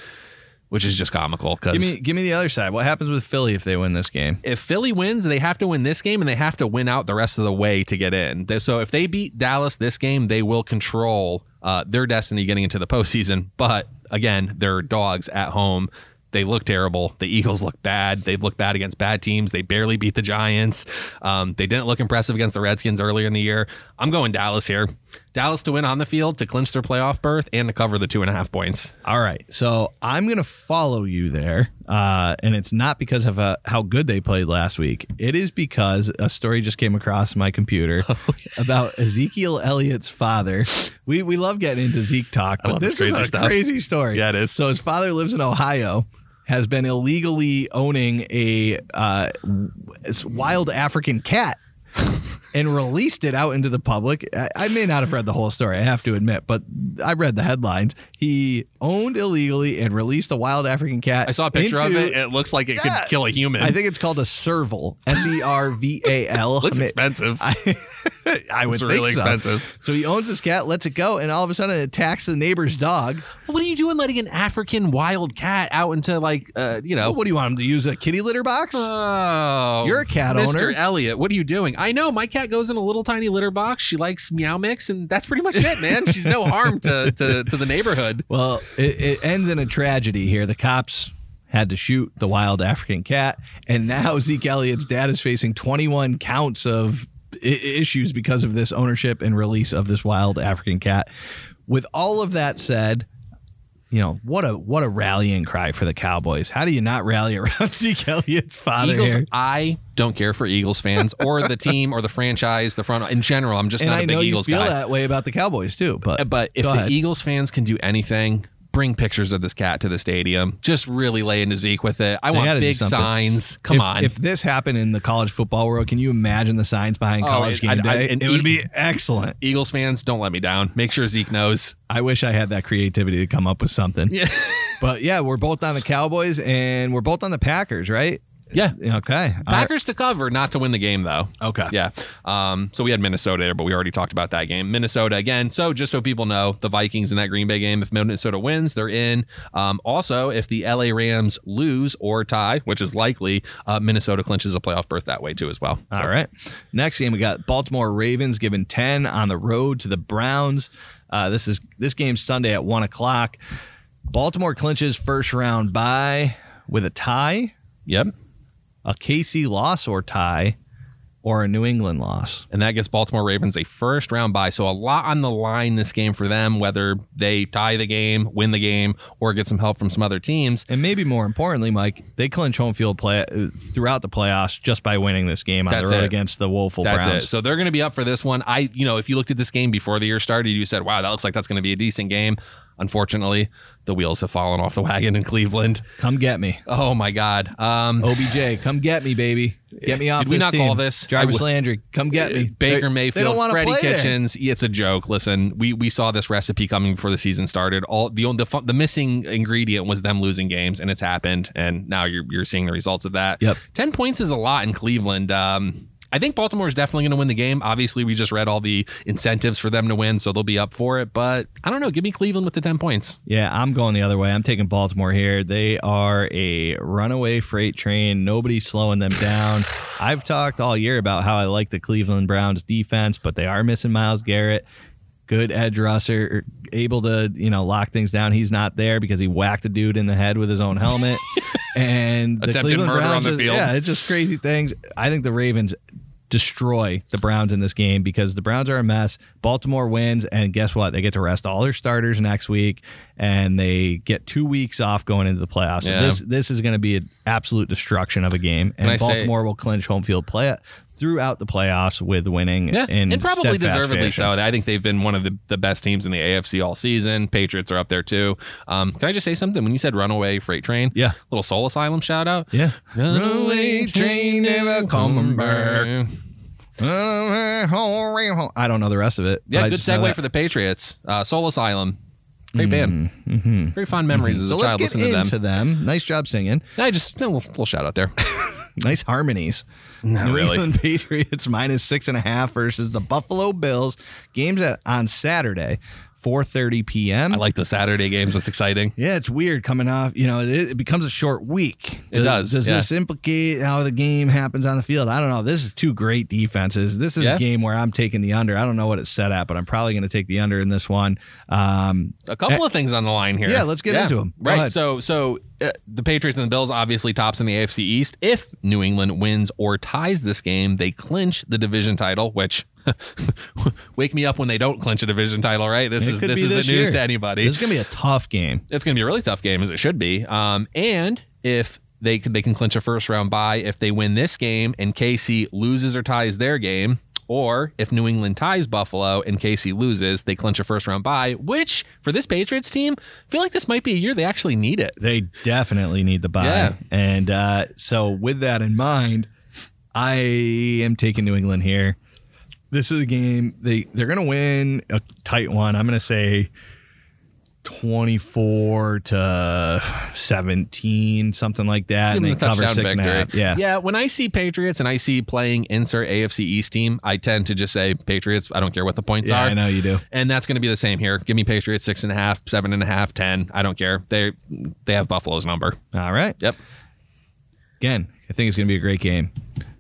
Speaker 1: which is just comical.
Speaker 4: Give
Speaker 1: Because
Speaker 4: me, give me the other side. What happens with Philly if they win this game?
Speaker 1: if Philly wins, they have to win this game and they have to win out the rest of the way to get in. They- So if they beat Dallas this game, they will control uh, their destiny getting into the postseason. But again, they're dogs at home. They look terrible. The Eagles look bad. They've looked bad against bad teams. They barely beat the Giants. Um, they didn't look impressive against the Redskins earlier in the year. I'm going Dallas here. Dallas to win on the field to clinch their playoff berth and to cover the two and a half points.
Speaker 4: All right, so I'm gonna follow you there, uh, and it's not because of uh, how good they played last week. It is because a story just came across my computer
Speaker 1: Oh,
Speaker 4: about Ezekiel Elliott's father. We we love getting into Zeke talk, but
Speaker 1: love this
Speaker 4: this is
Speaker 1: crazy
Speaker 4: a
Speaker 1: stuff.
Speaker 4: crazy story.
Speaker 1: Yeah, it is.
Speaker 4: So his father lives in Ohio, has been illegally owning a uh, w- wild African cat and released it out into the public. I, I may not have read the whole story, I have to admit, but I read the headlines. He owned illegally and released a wild African cat.
Speaker 1: I saw a picture of
Speaker 4: into-
Speaker 1: it. It looks like it
Speaker 4: Yeah.
Speaker 1: could kill a human.
Speaker 4: I think it's called a serval. S E R V A L.
Speaker 1: looks
Speaker 4: I mean,
Speaker 1: expensive.
Speaker 4: I, I would
Speaker 1: It's
Speaker 4: think
Speaker 1: really
Speaker 4: so.
Speaker 1: expensive.
Speaker 4: So he owns this cat, lets it go, and all of a sudden it attacks the neighbor's dog.
Speaker 1: what are you doing letting an African wild cat out into like uh, you know
Speaker 4: What do you want him to use? A kitty litter box?
Speaker 1: Oh,
Speaker 4: You're a cat
Speaker 1: Mr.
Speaker 4: owner.
Speaker 1: Elliot. What are you doing? I know my cat goes in a little tiny litter box. She likes meow mix, and that's pretty much it, man. She's no harm to, to to the neighborhood.
Speaker 4: Well, it, it ends in a tragedy here. The cops had to shoot the wild African cat, and now Zeke Elliott's dad is facing 21 counts of I- issues because of this ownership and release of this wild African cat. With all of that said, you know what a what a rallying cry for the Cowboys. How do you not rally around Zeke Elliott's father
Speaker 1: Eagles.
Speaker 4: here?
Speaker 1: I don't care for Eagles fans or the team or the franchise, the front in general. I'm just
Speaker 4: And
Speaker 1: not a
Speaker 4: I
Speaker 1: big
Speaker 4: know you
Speaker 1: Eagles
Speaker 4: feel
Speaker 1: guy.
Speaker 4: that way about the Cowboys too, but
Speaker 1: But if
Speaker 4: Go
Speaker 1: the
Speaker 4: ahead.
Speaker 1: Eagles fans can do anything, bring pictures of this cat to the stadium. Just really lay into Zeke with it. I
Speaker 4: gotta
Speaker 1: want
Speaker 4: do
Speaker 1: big
Speaker 4: something.
Speaker 1: signs. Come
Speaker 4: if,
Speaker 1: on.
Speaker 4: If this happened in the college football world, can you imagine the signs behind
Speaker 1: Oh,
Speaker 4: college
Speaker 1: it-
Speaker 4: game
Speaker 1: I- I-
Speaker 4: day?
Speaker 1: and
Speaker 4: it would
Speaker 1: e-
Speaker 4: be excellent.
Speaker 1: Eagles fans, don't let me down. Make sure Zeke knows.
Speaker 4: I wish I had that creativity to come up with something.
Speaker 1: Yeah.
Speaker 4: But yeah, we're both on the Cowboys and we're both on the Packers, right?
Speaker 1: Yeah.
Speaker 4: Okay. All right.
Speaker 1: Packers to cover, not to win the game though.
Speaker 4: Okay.
Speaker 1: Yeah. Um, so we had Minnesota there, but we already talked about that game. Minnesota again. So just so people know, the Vikings in that Green Bay game, if Minnesota wins, they're in. Um, also, if the LA Rams lose or tie, which is likely, uh, Minnesota clinches a playoff berth that way too as well. So
Speaker 4: All right. Next game, we got Baltimore Ravens giving 10 on the road to the Browns. Uh, this is this game's Sunday at one o'clock. Baltimore clinches first round bye with a tie,
Speaker 1: Yep.
Speaker 4: a KC loss or tie, or a New England loss.
Speaker 1: And that gets Baltimore Ravens a first round bye. So a lot on the line this game for them, whether they tie the game, win the game, or get some help from some other teams.
Speaker 4: And maybe more importantly, Mike, they clinch home field play uh, throughout the playoffs just by winning this game on
Speaker 1: That's
Speaker 4: the road
Speaker 1: it.
Speaker 4: against the woeful
Speaker 1: That's
Speaker 4: Browns.
Speaker 1: it. So they're going to be up for this one. I, you know, if you looked at this game before the year started, you said, "Wow, that looks like that's going to be a decent game." Unfortunately, the wheels have fallen off the wagon in Cleveland.
Speaker 4: Come get me.
Speaker 1: Oh my God. Um,
Speaker 4: OBJ, come get me, baby. Get me off
Speaker 1: Did we
Speaker 4: this
Speaker 1: not
Speaker 4: team.
Speaker 1: call this? I
Speaker 4: Jarvis
Speaker 1: w-
Speaker 4: Landry, come get me.
Speaker 1: Uh, Baker
Speaker 4: They-
Speaker 1: Mayfield,
Speaker 4: they don't wanna
Speaker 1: Freddie
Speaker 4: play there.
Speaker 1: Kitchens. It's a joke. Listen, we we saw this recipe coming before the season started. All the the, fun, the missing ingredient was them losing games, and it's happened. And now you're you're seeing the results of that.
Speaker 4: Yep.
Speaker 1: ten points is a lot in Cleveland. Um, I think Baltimore is definitely going to win the game. Obviously, we just read all the incentives for them to win, so they'll be up for it. But I don't know. Give me Cleveland with the ten points.
Speaker 4: Yeah, I'm going the other way. I'm taking Baltimore here. They are a runaway freight train. Nobody's slowing them down. I've talked all year about how I like the Cleveland Browns defense, but they are missing Miles Garrett. Good edge rusher, able to you know lock things down. He's not there because he whacked a dude in the head with his own helmet. and the
Speaker 1: Attempted
Speaker 4: Cleveland
Speaker 1: murder
Speaker 4: Browns
Speaker 1: on the
Speaker 4: just-
Speaker 1: field.
Speaker 4: Yeah, it's just crazy things. I think the Ravens destroy the Browns in this game because the Browns are a mess. Baltimore wins, and guess what? They get to rest all their starters next week, and they get two weeks off going into the playoffs. So
Speaker 1: Yeah.
Speaker 4: this this is going to be an absolute destruction of a game,
Speaker 1: And
Speaker 4: and
Speaker 1: I say-
Speaker 4: Baltimore will clinch home field play throughout the playoffs with winning. in
Speaker 1: and probably
Speaker 4: steadfast
Speaker 1: deservedly
Speaker 4: fashion.
Speaker 1: so. I think they've been one of the, the best teams in the AFC all season. Patriots are up there too. Um, can I just say something? When you said runaway freight train,
Speaker 4: Yeah.
Speaker 1: little Soul Asylum shout out.
Speaker 4: Yeah.
Speaker 1: Runaway train never coming back.
Speaker 4: I don't know the rest of it.
Speaker 1: Yeah,
Speaker 4: but I
Speaker 1: good
Speaker 4: just know
Speaker 1: segue
Speaker 4: that.
Speaker 1: for the Patriots. Uh, Soul Asylum, great band. Very fond memories as
Speaker 4: Mm-hmm. So
Speaker 1: a
Speaker 4: let's
Speaker 1: child
Speaker 4: get
Speaker 1: listening to them.
Speaker 4: into them. Nice job singing.
Speaker 1: I just a little, little shout out there.
Speaker 4: Nice harmonies.
Speaker 1: Not
Speaker 4: New
Speaker 1: really.
Speaker 4: England Patriots minus six and a half versus the Buffalo Bills. Games at, on Saturday. 4:30 p.m.
Speaker 1: I like the Saturday games. That's exciting.
Speaker 4: Yeah, it's weird coming off. You know, it, it becomes a short week.
Speaker 1: It does,
Speaker 4: Does
Speaker 1: yeah.
Speaker 4: this implicate how the game happens on the field? I don't know. This is two great defenses. This is
Speaker 1: Yeah.
Speaker 4: a game where I'm taking the under. I don't know what it's set at, but I'm probably going to take the under in this one. Um,
Speaker 1: A couple of things on the line here.
Speaker 4: Yeah, let's get into 'em. Go
Speaker 1: Right.
Speaker 4: ahead.
Speaker 1: So, so uh, the Patriots and the Bills obviously tops in the AFC East. If New England wins or ties this game, they clinch the division title. Which wake me up when they don't clinch a division title. Right. This is
Speaker 4: it could
Speaker 1: this
Speaker 4: be
Speaker 1: is the news
Speaker 4: year.
Speaker 1: to anybody.
Speaker 4: This is going to be a tough game.
Speaker 1: it's going to be a really tough game as it should be. Um, and if they could, they can clinch a first round bye if they win this game and KC loses or ties their game. Or if New England ties Buffalo and KC loses, they clinch a first round bye, which for this Patriots team, I feel like this might be a year they actually need it.
Speaker 4: They definitely need the buy.
Speaker 1: Yeah.
Speaker 4: And uh, so, with that in mind, I am taking New England here. This is a game they they're going to win a tight one. I'm going to say 24 to 17, something like that,
Speaker 1: Give
Speaker 4: and
Speaker 1: them
Speaker 4: they
Speaker 1: the
Speaker 4: cover
Speaker 1: touchdown
Speaker 4: six and a
Speaker 1: victory.
Speaker 4: half. Yeah.
Speaker 1: Yeah. When I see Patriots and I see playing insert AFC East team, I tend to just say Patriots. I don't care what the points
Speaker 4: Yeah,
Speaker 1: are.
Speaker 4: I know you do.
Speaker 1: And that's going to be the same here. Give me Patriots six and a half, seven and a half, ten. I don't care. They they have Buffalo's number.
Speaker 4: All right.
Speaker 1: Yep.
Speaker 4: Again, I think it's going to be a great game.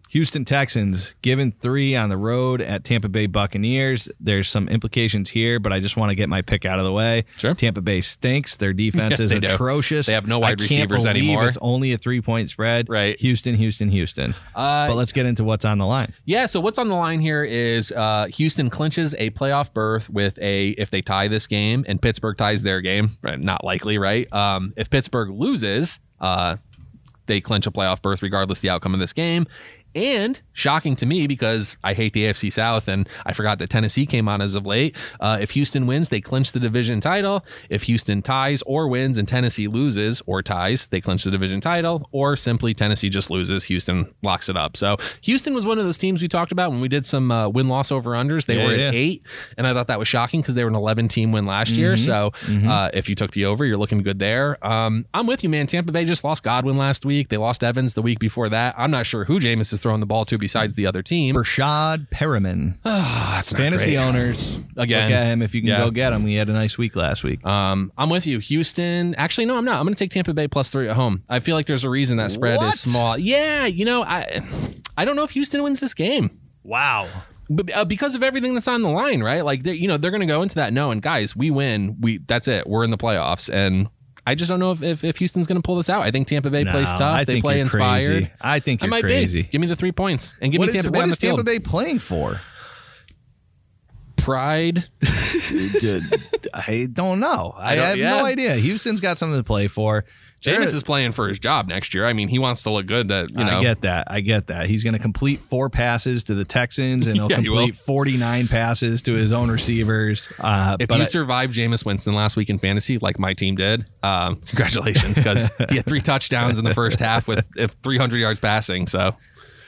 Speaker 4: Houston Texans given three on the road at Tampa Bay Buccaneers. There's some implications here, but I just want to get my pick out of the way.
Speaker 1: Sure.
Speaker 4: Tampa Bay stinks. Their defense
Speaker 1: Yes,
Speaker 4: is
Speaker 1: they do.
Speaker 4: atrocious.
Speaker 1: They have no
Speaker 4: I
Speaker 1: wide
Speaker 4: can't
Speaker 1: receivers
Speaker 4: believe
Speaker 1: anymore.
Speaker 4: It's only a three point spread.
Speaker 1: Right.
Speaker 4: Houston, Houston, Houston.
Speaker 1: Uh,
Speaker 4: but let's get into what's on the line.
Speaker 1: Yeah, so what's on the line here is uh, Houston clinches a playoff berth with a if they tie this game and Pittsburgh ties their game, right, not likely, right? Um, if Pittsburgh loses, uh, they clinch a playoff berth regardless the outcome of this game. And shocking to me because I hate the AFC South and I forgot that Tennessee came on as of late. Uh, if Houston wins, they clinch the division title. If Houston ties or wins and Tennessee loses or ties, they clinch the division title. Or simply Tennessee just loses, Houston locks it up. So Houston was one of those teams we talked about when we did some uh, win loss over unders. They
Speaker 4: Yeah,
Speaker 1: were at
Speaker 4: yeah.
Speaker 1: eight, and I thought that was shocking because they were an 11 team win last year.
Speaker 4: Mm-hmm.
Speaker 1: So uh, if you took the over, you're looking good there. Um, I'm with you, man. Tampa Bay just lost Godwin last week. They lost Evans the week before that. I'm not sure who Jameis is throwing the ball to besides the other team.
Speaker 4: Brashad Perriman,
Speaker 1: That's not
Speaker 4: fantasy
Speaker 1: great.
Speaker 4: owners.
Speaker 1: Again.
Speaker 4: look at him if you can
Speaker 1: Yeah.
Speaker 4: go get him. We had a nice week last week.
Speaker 1: Um, I'm with you, Houston. Actually, no, I'm not. I'm going to take Tampa Bay plus three at home. I feel like there's a reason that spread is
Speaker 4: What?
Speaker 1: small. Yeah, you know, I, I don't know if Houston wins this game.
Speaker 4: wow.
Speaker 1: But, uh, because of everything that's on the line, right? Like, they're- you know, they're going to go into that knowing, guys, we win. We that's it. We're in the playoffs, and I just don't know if if, if Houston's going to pull this out. I think Tampa Bay plays
Speaker 4: No,
Speaker 1: tough.
Speaker 4: I
Speaker 1: they
Speaker 4: think
Speaker 1: play
Speaker 4: you're
Speaker 1: inspired.
Speaker 4: crazy. I think
Speaker 1: I
Speaker 4: you're
Speaker 1: might
Speaker 4: crazy.
Speaker 1: be. Give me the three points and give
Speaker 4: What
Speaker 1: me
Speaker 4: is,
Speaker 1: Tampa Bay
Speaker 4: what
Speaker 1: on the
Speaker 4: is Tampa
Speaker 1: field.
Speaker 4: Bay playing for?
Speaker 1: Pride.
Speaker 4: Dude, I don't know. I,
Speaker 1: don't-
Speaker 4: have
Speaker 1: yeah.
Speaker 4: no idea. Houston's got something to play for. They're-
Speaker 1: Jameis is playing for his job next year. I mean, he wants to look good. That you know,
Speaker 4: I get that. I get that. He's going to complete four passes to the Texans and he'll
Speaker 1: Yeah, he will.
Speaker 4: complete 49 passes to his own receivers. Uh,
Speaker 1: If
Speaker 4: but
Speaker 1: you
Speaker 4: I-
Speaker 1: survived Jameis Winston last week in fantasy, like my team did, um, congratulations, because he had three touchdowns in the first half with if 300 yards passing. So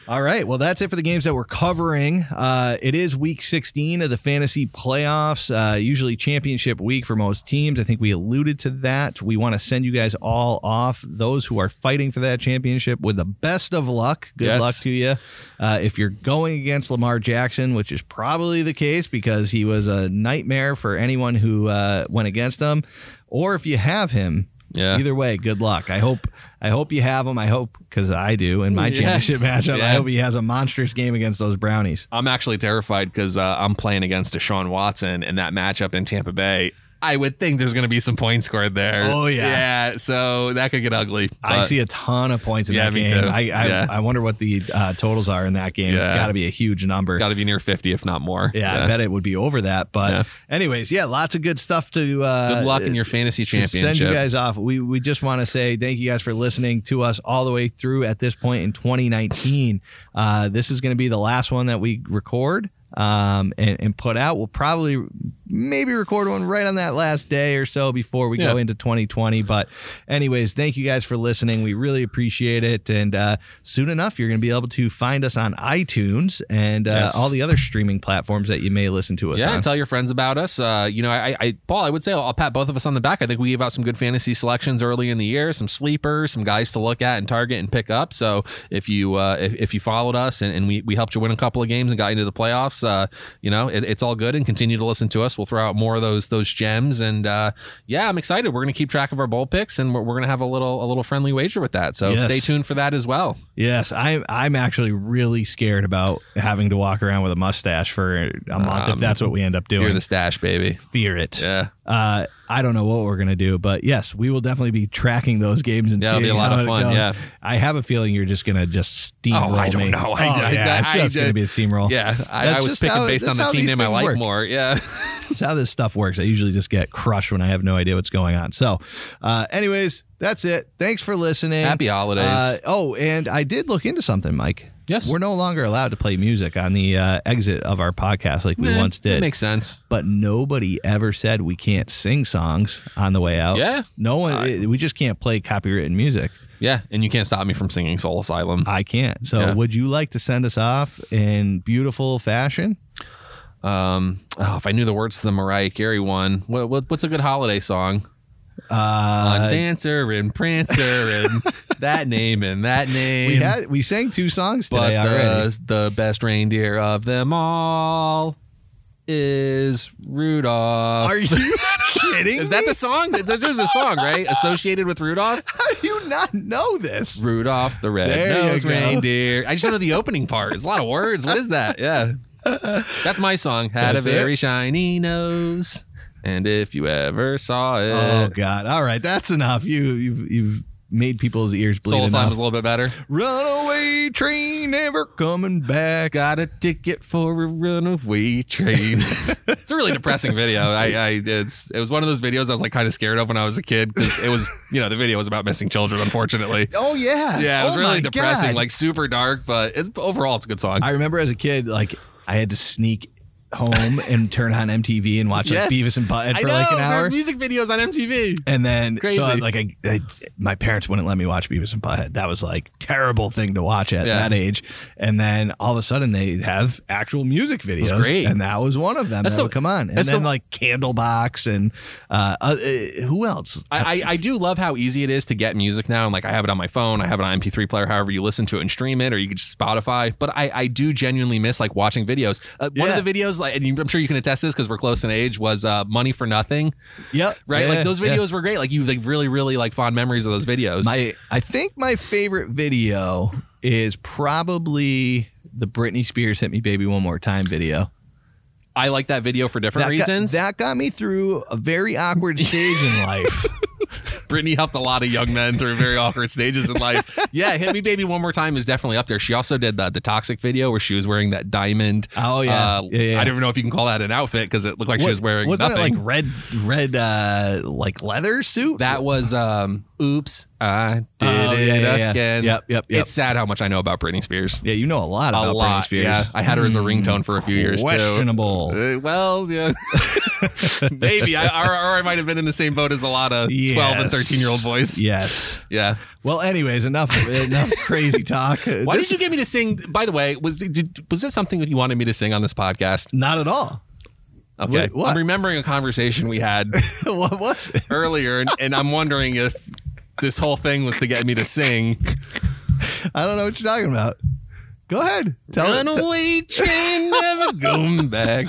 Speaker 4: all right. Well, that's it for the games that we're covering. Uh, it is week 16 of the fantasy playoffs, uh, usually championship week for most teams. I think we alluded to that. We want to send you guys all off, those who are fighting for that championship, with the best of luck. Good
Speaker 1: Yes.
Speaker 4: luck to you. Uh, if you're going against Lamar Jackson, which is probably the case because he was a nightmare for anyone who uh, went against him, or if you have him,
Speaker 1: Yeah.
Speaker 4: either way, good luck. I hope I hope you have him. I hope because I do in my
Speaker 1: Yeah.
Speaker 4: championship matchup.
Speaker 1: Yeah.
Speaker 4: I hope he has a monstrous game against those brownies.
Speaker 1: I'm actually terrified because uh, I'm playing against Deshaun Watson in that matchup in Tampa Bay. I would think there's going to be some points scored there.
Speaker 4: Oh, yeah.
Speaker 1: yeah. So that could get ugly.
Speaker 4: I
Speaker 1: but-
Speaker 4: see a ton of points in
Speaker 1: Yeah,
Speaker 4: that
Speaker 1: me
Speaker 4: game.
Speaker 1: too.
Speaker 4: I I,
Speaker 1: Yeah.
Speaker 4: I wonder what the uh, totals are in that game. It's
Speaker 1: Yeah.
Speaker 4: got to be a huge number.
Speaker 1: Got to be near 50, if not more.
Speaker 4: yeah, I bet it would be over that. But
Speaker 1: Yeah.
Speaker 4: anyways, yeah, lots of good stuff to uh,
Speaker 1: Good luck in your fantasy
Speaker 4: to
Speaker 1: championship.
Speaker 4: send you guys off. We we just want to say thank you guys for listening to us all the way through at this point in 2019. Uh, this is going to be the last one that we record um, and, and put out. We'll probably maybe record one right on that last day or so before we go
Speaker 1: Yeah.
Speaker 4: into 2020. But anyways, thank you guys for listening. We really appreciate it. And uh, soon enough, you're going to be able to find us on iTunes and uh,
Speaker 1: Yes.
Speaker 4: all the other streaming platforms that you may listen to us
Speaker 1: Yeah,
Speaker 4: on.
Speaker 1: and tell your friends about us. Uh, you know, I, I, Paul, I would say I'll, I'll pat both of us on the back. I think we gave out some good fantasy selections early in the year, some sleepers, some guys to look at and target and pick up. So if you uh, if, if you followed us and, and we, we helped you win a couple of games and got into the playoffs, uh, you know, it, it's all good. And continue to listen to us. We'll throw out more of those those gems, and uh, yeah, I'm excited. We're gonna keep track of our bowl picks, and we're, we're gonna have a little a little friendly wager with that. So
Speaker 4: Yes.
Speaker 1: stay tuned for that as well.
Speaker 4: Yes, I, I'm actually really scared about having to walk around with a mustache for a month
Speaker 1: Um,
Speaker 4: if that's what we end up
Speaker 1: Fear
Speaker 4: doing.
Speaker 1: the stash, baby.
Speaker 4: Fear it.
Speaker 1: Yeah,
Speaker 4: Uh, I don't know what we're gonna do, but yes, we will definitely be tracking those games and
Speaker 1: Yeah, it'll be
Speaker 4: seeing
Speaker 1: a lot
Speaker 4: how
Speaker 1: of
Speaker 4: it
Speaker 1: fun,
Speaker 4: goes.
Speaker 1: yeah.
Speaker 4: I have a feeling you're just gonna just steamroll.
Speaker 1: Oh, I don't
Speaker 4: me.
Speaker 1: know. I-
Speaker 4: oh,
Speaker 1: I-
Speaker 4: yeah,
Speaker 1: I-
Speaker 4: it's just
Speaker 1: I-
Speaker 4: gonna be a steamroll.
Speaker 1: yeah. I,
Speaker 4: That's
Speaker 1: I was
Speaker 4: just
Speaker 1: picking
Speaker 4: how-
Speaker 1: based on
Speaker 4: that's
Speaker 1: the
Speaker 4: how
Speaker 1: team
Speaker 4: these
Speaker 1: name I
Speaker 4: things
Speaker 1: like
Speaker 4: work.
Speaker 1: more. Yeah.
Speaker 4: That's how this stuff works. I usually just get crushed when I have no idea what's going on. So, uh, anyways, that's it. Thanks for listening.
Speaker 1: Happy holidays.
Speaker 4: Uh, oh, and I did look into something, Mike.
Speaker 1: Yes.
Speaker 4: We're no longer allowed to play music on the uh, exit of our podcast like we
Speaker 1: Eh,
Speaker 4: once
Speaker 1: That
Speaker 4: did.
Speaker 1: makes sense.
Speaker 4: but nobody ever said we can't sing songs on the way out.
Speaker 1: Yeah.
Speaker 4: No one, it- we just can't play copywritten music.
Speaker 1: Yeah, and you can't stop me from singing Soul Asylum.
Speaker 4: I can't. So,
Speaker 1: Yeah.
Speaker 4: would you like to send us off in beautiful fashion?
Speaker 1: Um, oh, if I knew the words to the Mariah Carey one, what, what what's a good holiday song?
Speaker 4: Uh,
Speaker 1: On Dancer and Prancer and that name and that name.
Speaker 4: we had we sang two songs
Speaker 1: but
Speaker 4: today already.
Speaker 1: the, the best reindeer of them all is Rudolph.
Speaker 4: Are you kidding?
Speaker 1: uh, is that
Speaker 4: me?
Speaker 1: the song? There- There's a song, right? Associated with Rudolph?
Speaker 4: How do you not know this?
Speaker 1: Rudolph the red
Speaker 4: There you
Speaker 1: nosed
Speaker 4: go.
Speaker 1: reindeer. I just know the opening part. It's a lot of words. What is that? Yeah. That's my song. Had
Speaker 4: That's
Speaker 1: a
Speaker 4: it?
Speaker 1: very shiny nose. And if you ever saw it,
Speaker 4: Oh God! All right, that's enough. You you've you've made people's ears bleed
Speaker 1: Soul Asylum
Speaker 4: enough.
Speaker 1: was a little bit better.
Speaker 4: Runaway train never coming back.
Speaker 1: Got a ticket for a runaway train. it's a really depressing video. I, I it's it was one of those videos I was like kind of scared of when I was a kid because it was you know the video was about missing children. Unfortunately,
Speaker 4: Oh yeah,
Speaker 1: yeah, it was
Speaker 4: Oh, my
Speaker 1: really depressing,
Speaker 4: God.
Speaker 1: like super dark. But it's overall it's a good song.
Speaker 4: I remember as a kid, like I had to sneak home and turn on MTV and watch like
Speaker 1: Yes.
Speaker 4: Beavis and Butthead
Speaker 1: I
Speaker 4: for like
Speaker 1: know,
Speaker 4: an
Speaker 1: there are
Speaker 4: hour.
Speaker 1: music videos on MTV.
Speaker 4: And then,
Speaker 1: Crazy.
Speaker 4: so I, like, I, I, my parents wouldn't let me watch Beavis and Butthead. That was like terrible thing to watch at
Speaker 1: Yeah.
Speaker 4: that age. And then all of a sudden, they have actual music videos,
Speaker 1: great.
Speaker 4: and that was one of them.
Speaker 1: That's
Speaker 4: that
Speaker 1: the-
Speaker 4: would come on, and
Speaker 1: that's
Speaker 4: then
Speaker 1: the-
Speaker 4: like Candlebox and uh, uh, uh, who else?
Speaker 1: I, I, I do love how easy it is to get music now. I'm like, I have it on my phone, I have it on MP3 player, however you listen to it and stream it, or you could just Spotify. But I, I do genuinely miss like watching videos. Uh, One
Speaker 4: Yeah.
Speaker 1: of the videos, like, and you, I'm sure you can attest to this because we're close in age, was uh, Money for Nothing,
Speaker 4: yep,
Speaker 1: right?
Speaker 4: Yeah,
Speaker 1: like those
Speaker 4: yeah.
Speaker 1: videos were great. Like you like really, really like fond memories of those videos.
Speaker 4: My, I think my favorite video is probably the Britney Spears "Hit Me, Baby, One More Time" video.
Speaker 1: I like that video for different
Speaker 4: That got-
Speaker 1: reasons.
Speaker 4: that got me through a very awkward stage in life.
Speaker 1: Brittany helped a lot of young men through very awkward stages in life. Yeah, Hit Me Baby One More Time is definitely up there. She also did the, the Toxic video where she was wearing that diamond.
Speaker 4: Oh, yeah.
Speaker 1: Uh,
Speaker 4: Yeah, yeah.
Speaker 1: I don't even know if you can call that an outfit because it looked like she was wearing
Speaker 4: wasn't
Speaker 1: nothing.
Speaker 4: it like red red uh like leather suit
Speaker 1: that was um oops i did
Speaker 4: Oh, yeah,
Speaker 1: it
Speaker 4: yeah, yeah.
Speaker 1: again
Speaker 4: Yep, yep, yep.
Speaker 1: it's sad how much i know about britney spears
Speaker 4: yeah you know a lot
Speaker 1: a
Speaker 4: about
Speaker 1: lot
Speaker 4: Britney Spears Hmm.
Speaker 1: yeah i had her as a ringtone for a few years too
Speaker 4: questionable
Speaker 1: Uh, well yeah maybe I, or, or i might have been in the same boat as a lot of 12 and
Speaker 4: Yes.
Speaker 1: 13 year old boys
Speaker 4: yes
Speaker 1: yeah
Speaker 4: well anyways enough enough crazy talk
Speaker 1: why
Speaker 4: This-
Speaker 1: did you get me to sing by the way was did, was this something that you wanted me to sing on this podcast
Speaker 4: not at all
Speaker 1: okay
Speaker 4: Wh- what?
Speaker 1: i'm remembering a conversation we had
Speaker 4: what was it
Speaker 1: earlier and, and i'm wondering if this whole thing was to get me to sing
Speaker 4: i don't know what you're talking about go ahead tell it t-
Speaker 1: Runaway train never going back.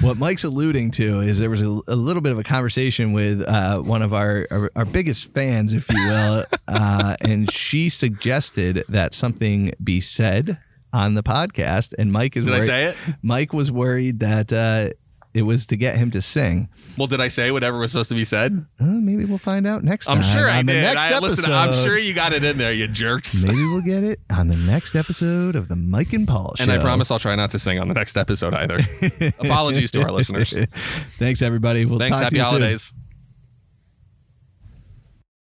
Speaker 4: what mike's alluding to is there was a, a little bit of a conversation with uh one of our our, our biggest fans if you will uh and she suggested that something be said on the podcast and mike is
Speaker 1: Did I
Speaker 4: worried-
Speaker 1: say it?
Speaker 4: Mike was worried that uh, it was to get him to sing.
Speaker 1: Well, did I say whatever was supposed to be said?
Speaker 4: Uh, maybe we'll find out next
Speaker 1: I'm
Speaker 4: time.
Speaker 1: sure I
Speaker 4: on the
Speaker 1: did.
Speaker 4: next
Speaker 1: I, listen, I'm
Speaker 4: episode.
Speaker 1: sure you got it in there, you jerks.
Speaker 4: Maybe we'll get it on the next episode of the Mike and Paul Show.
Speaker 1: And I promise I'll try not to sing on the next episode either. Apologies to our listeners.
Speaker 4: Thanks, everybody. We'll
Speaker 1: Thanks.
Speaker 4: talk to
Speaker 1: Happy
Speaker 4: you soon.
Speaker 1: holidays.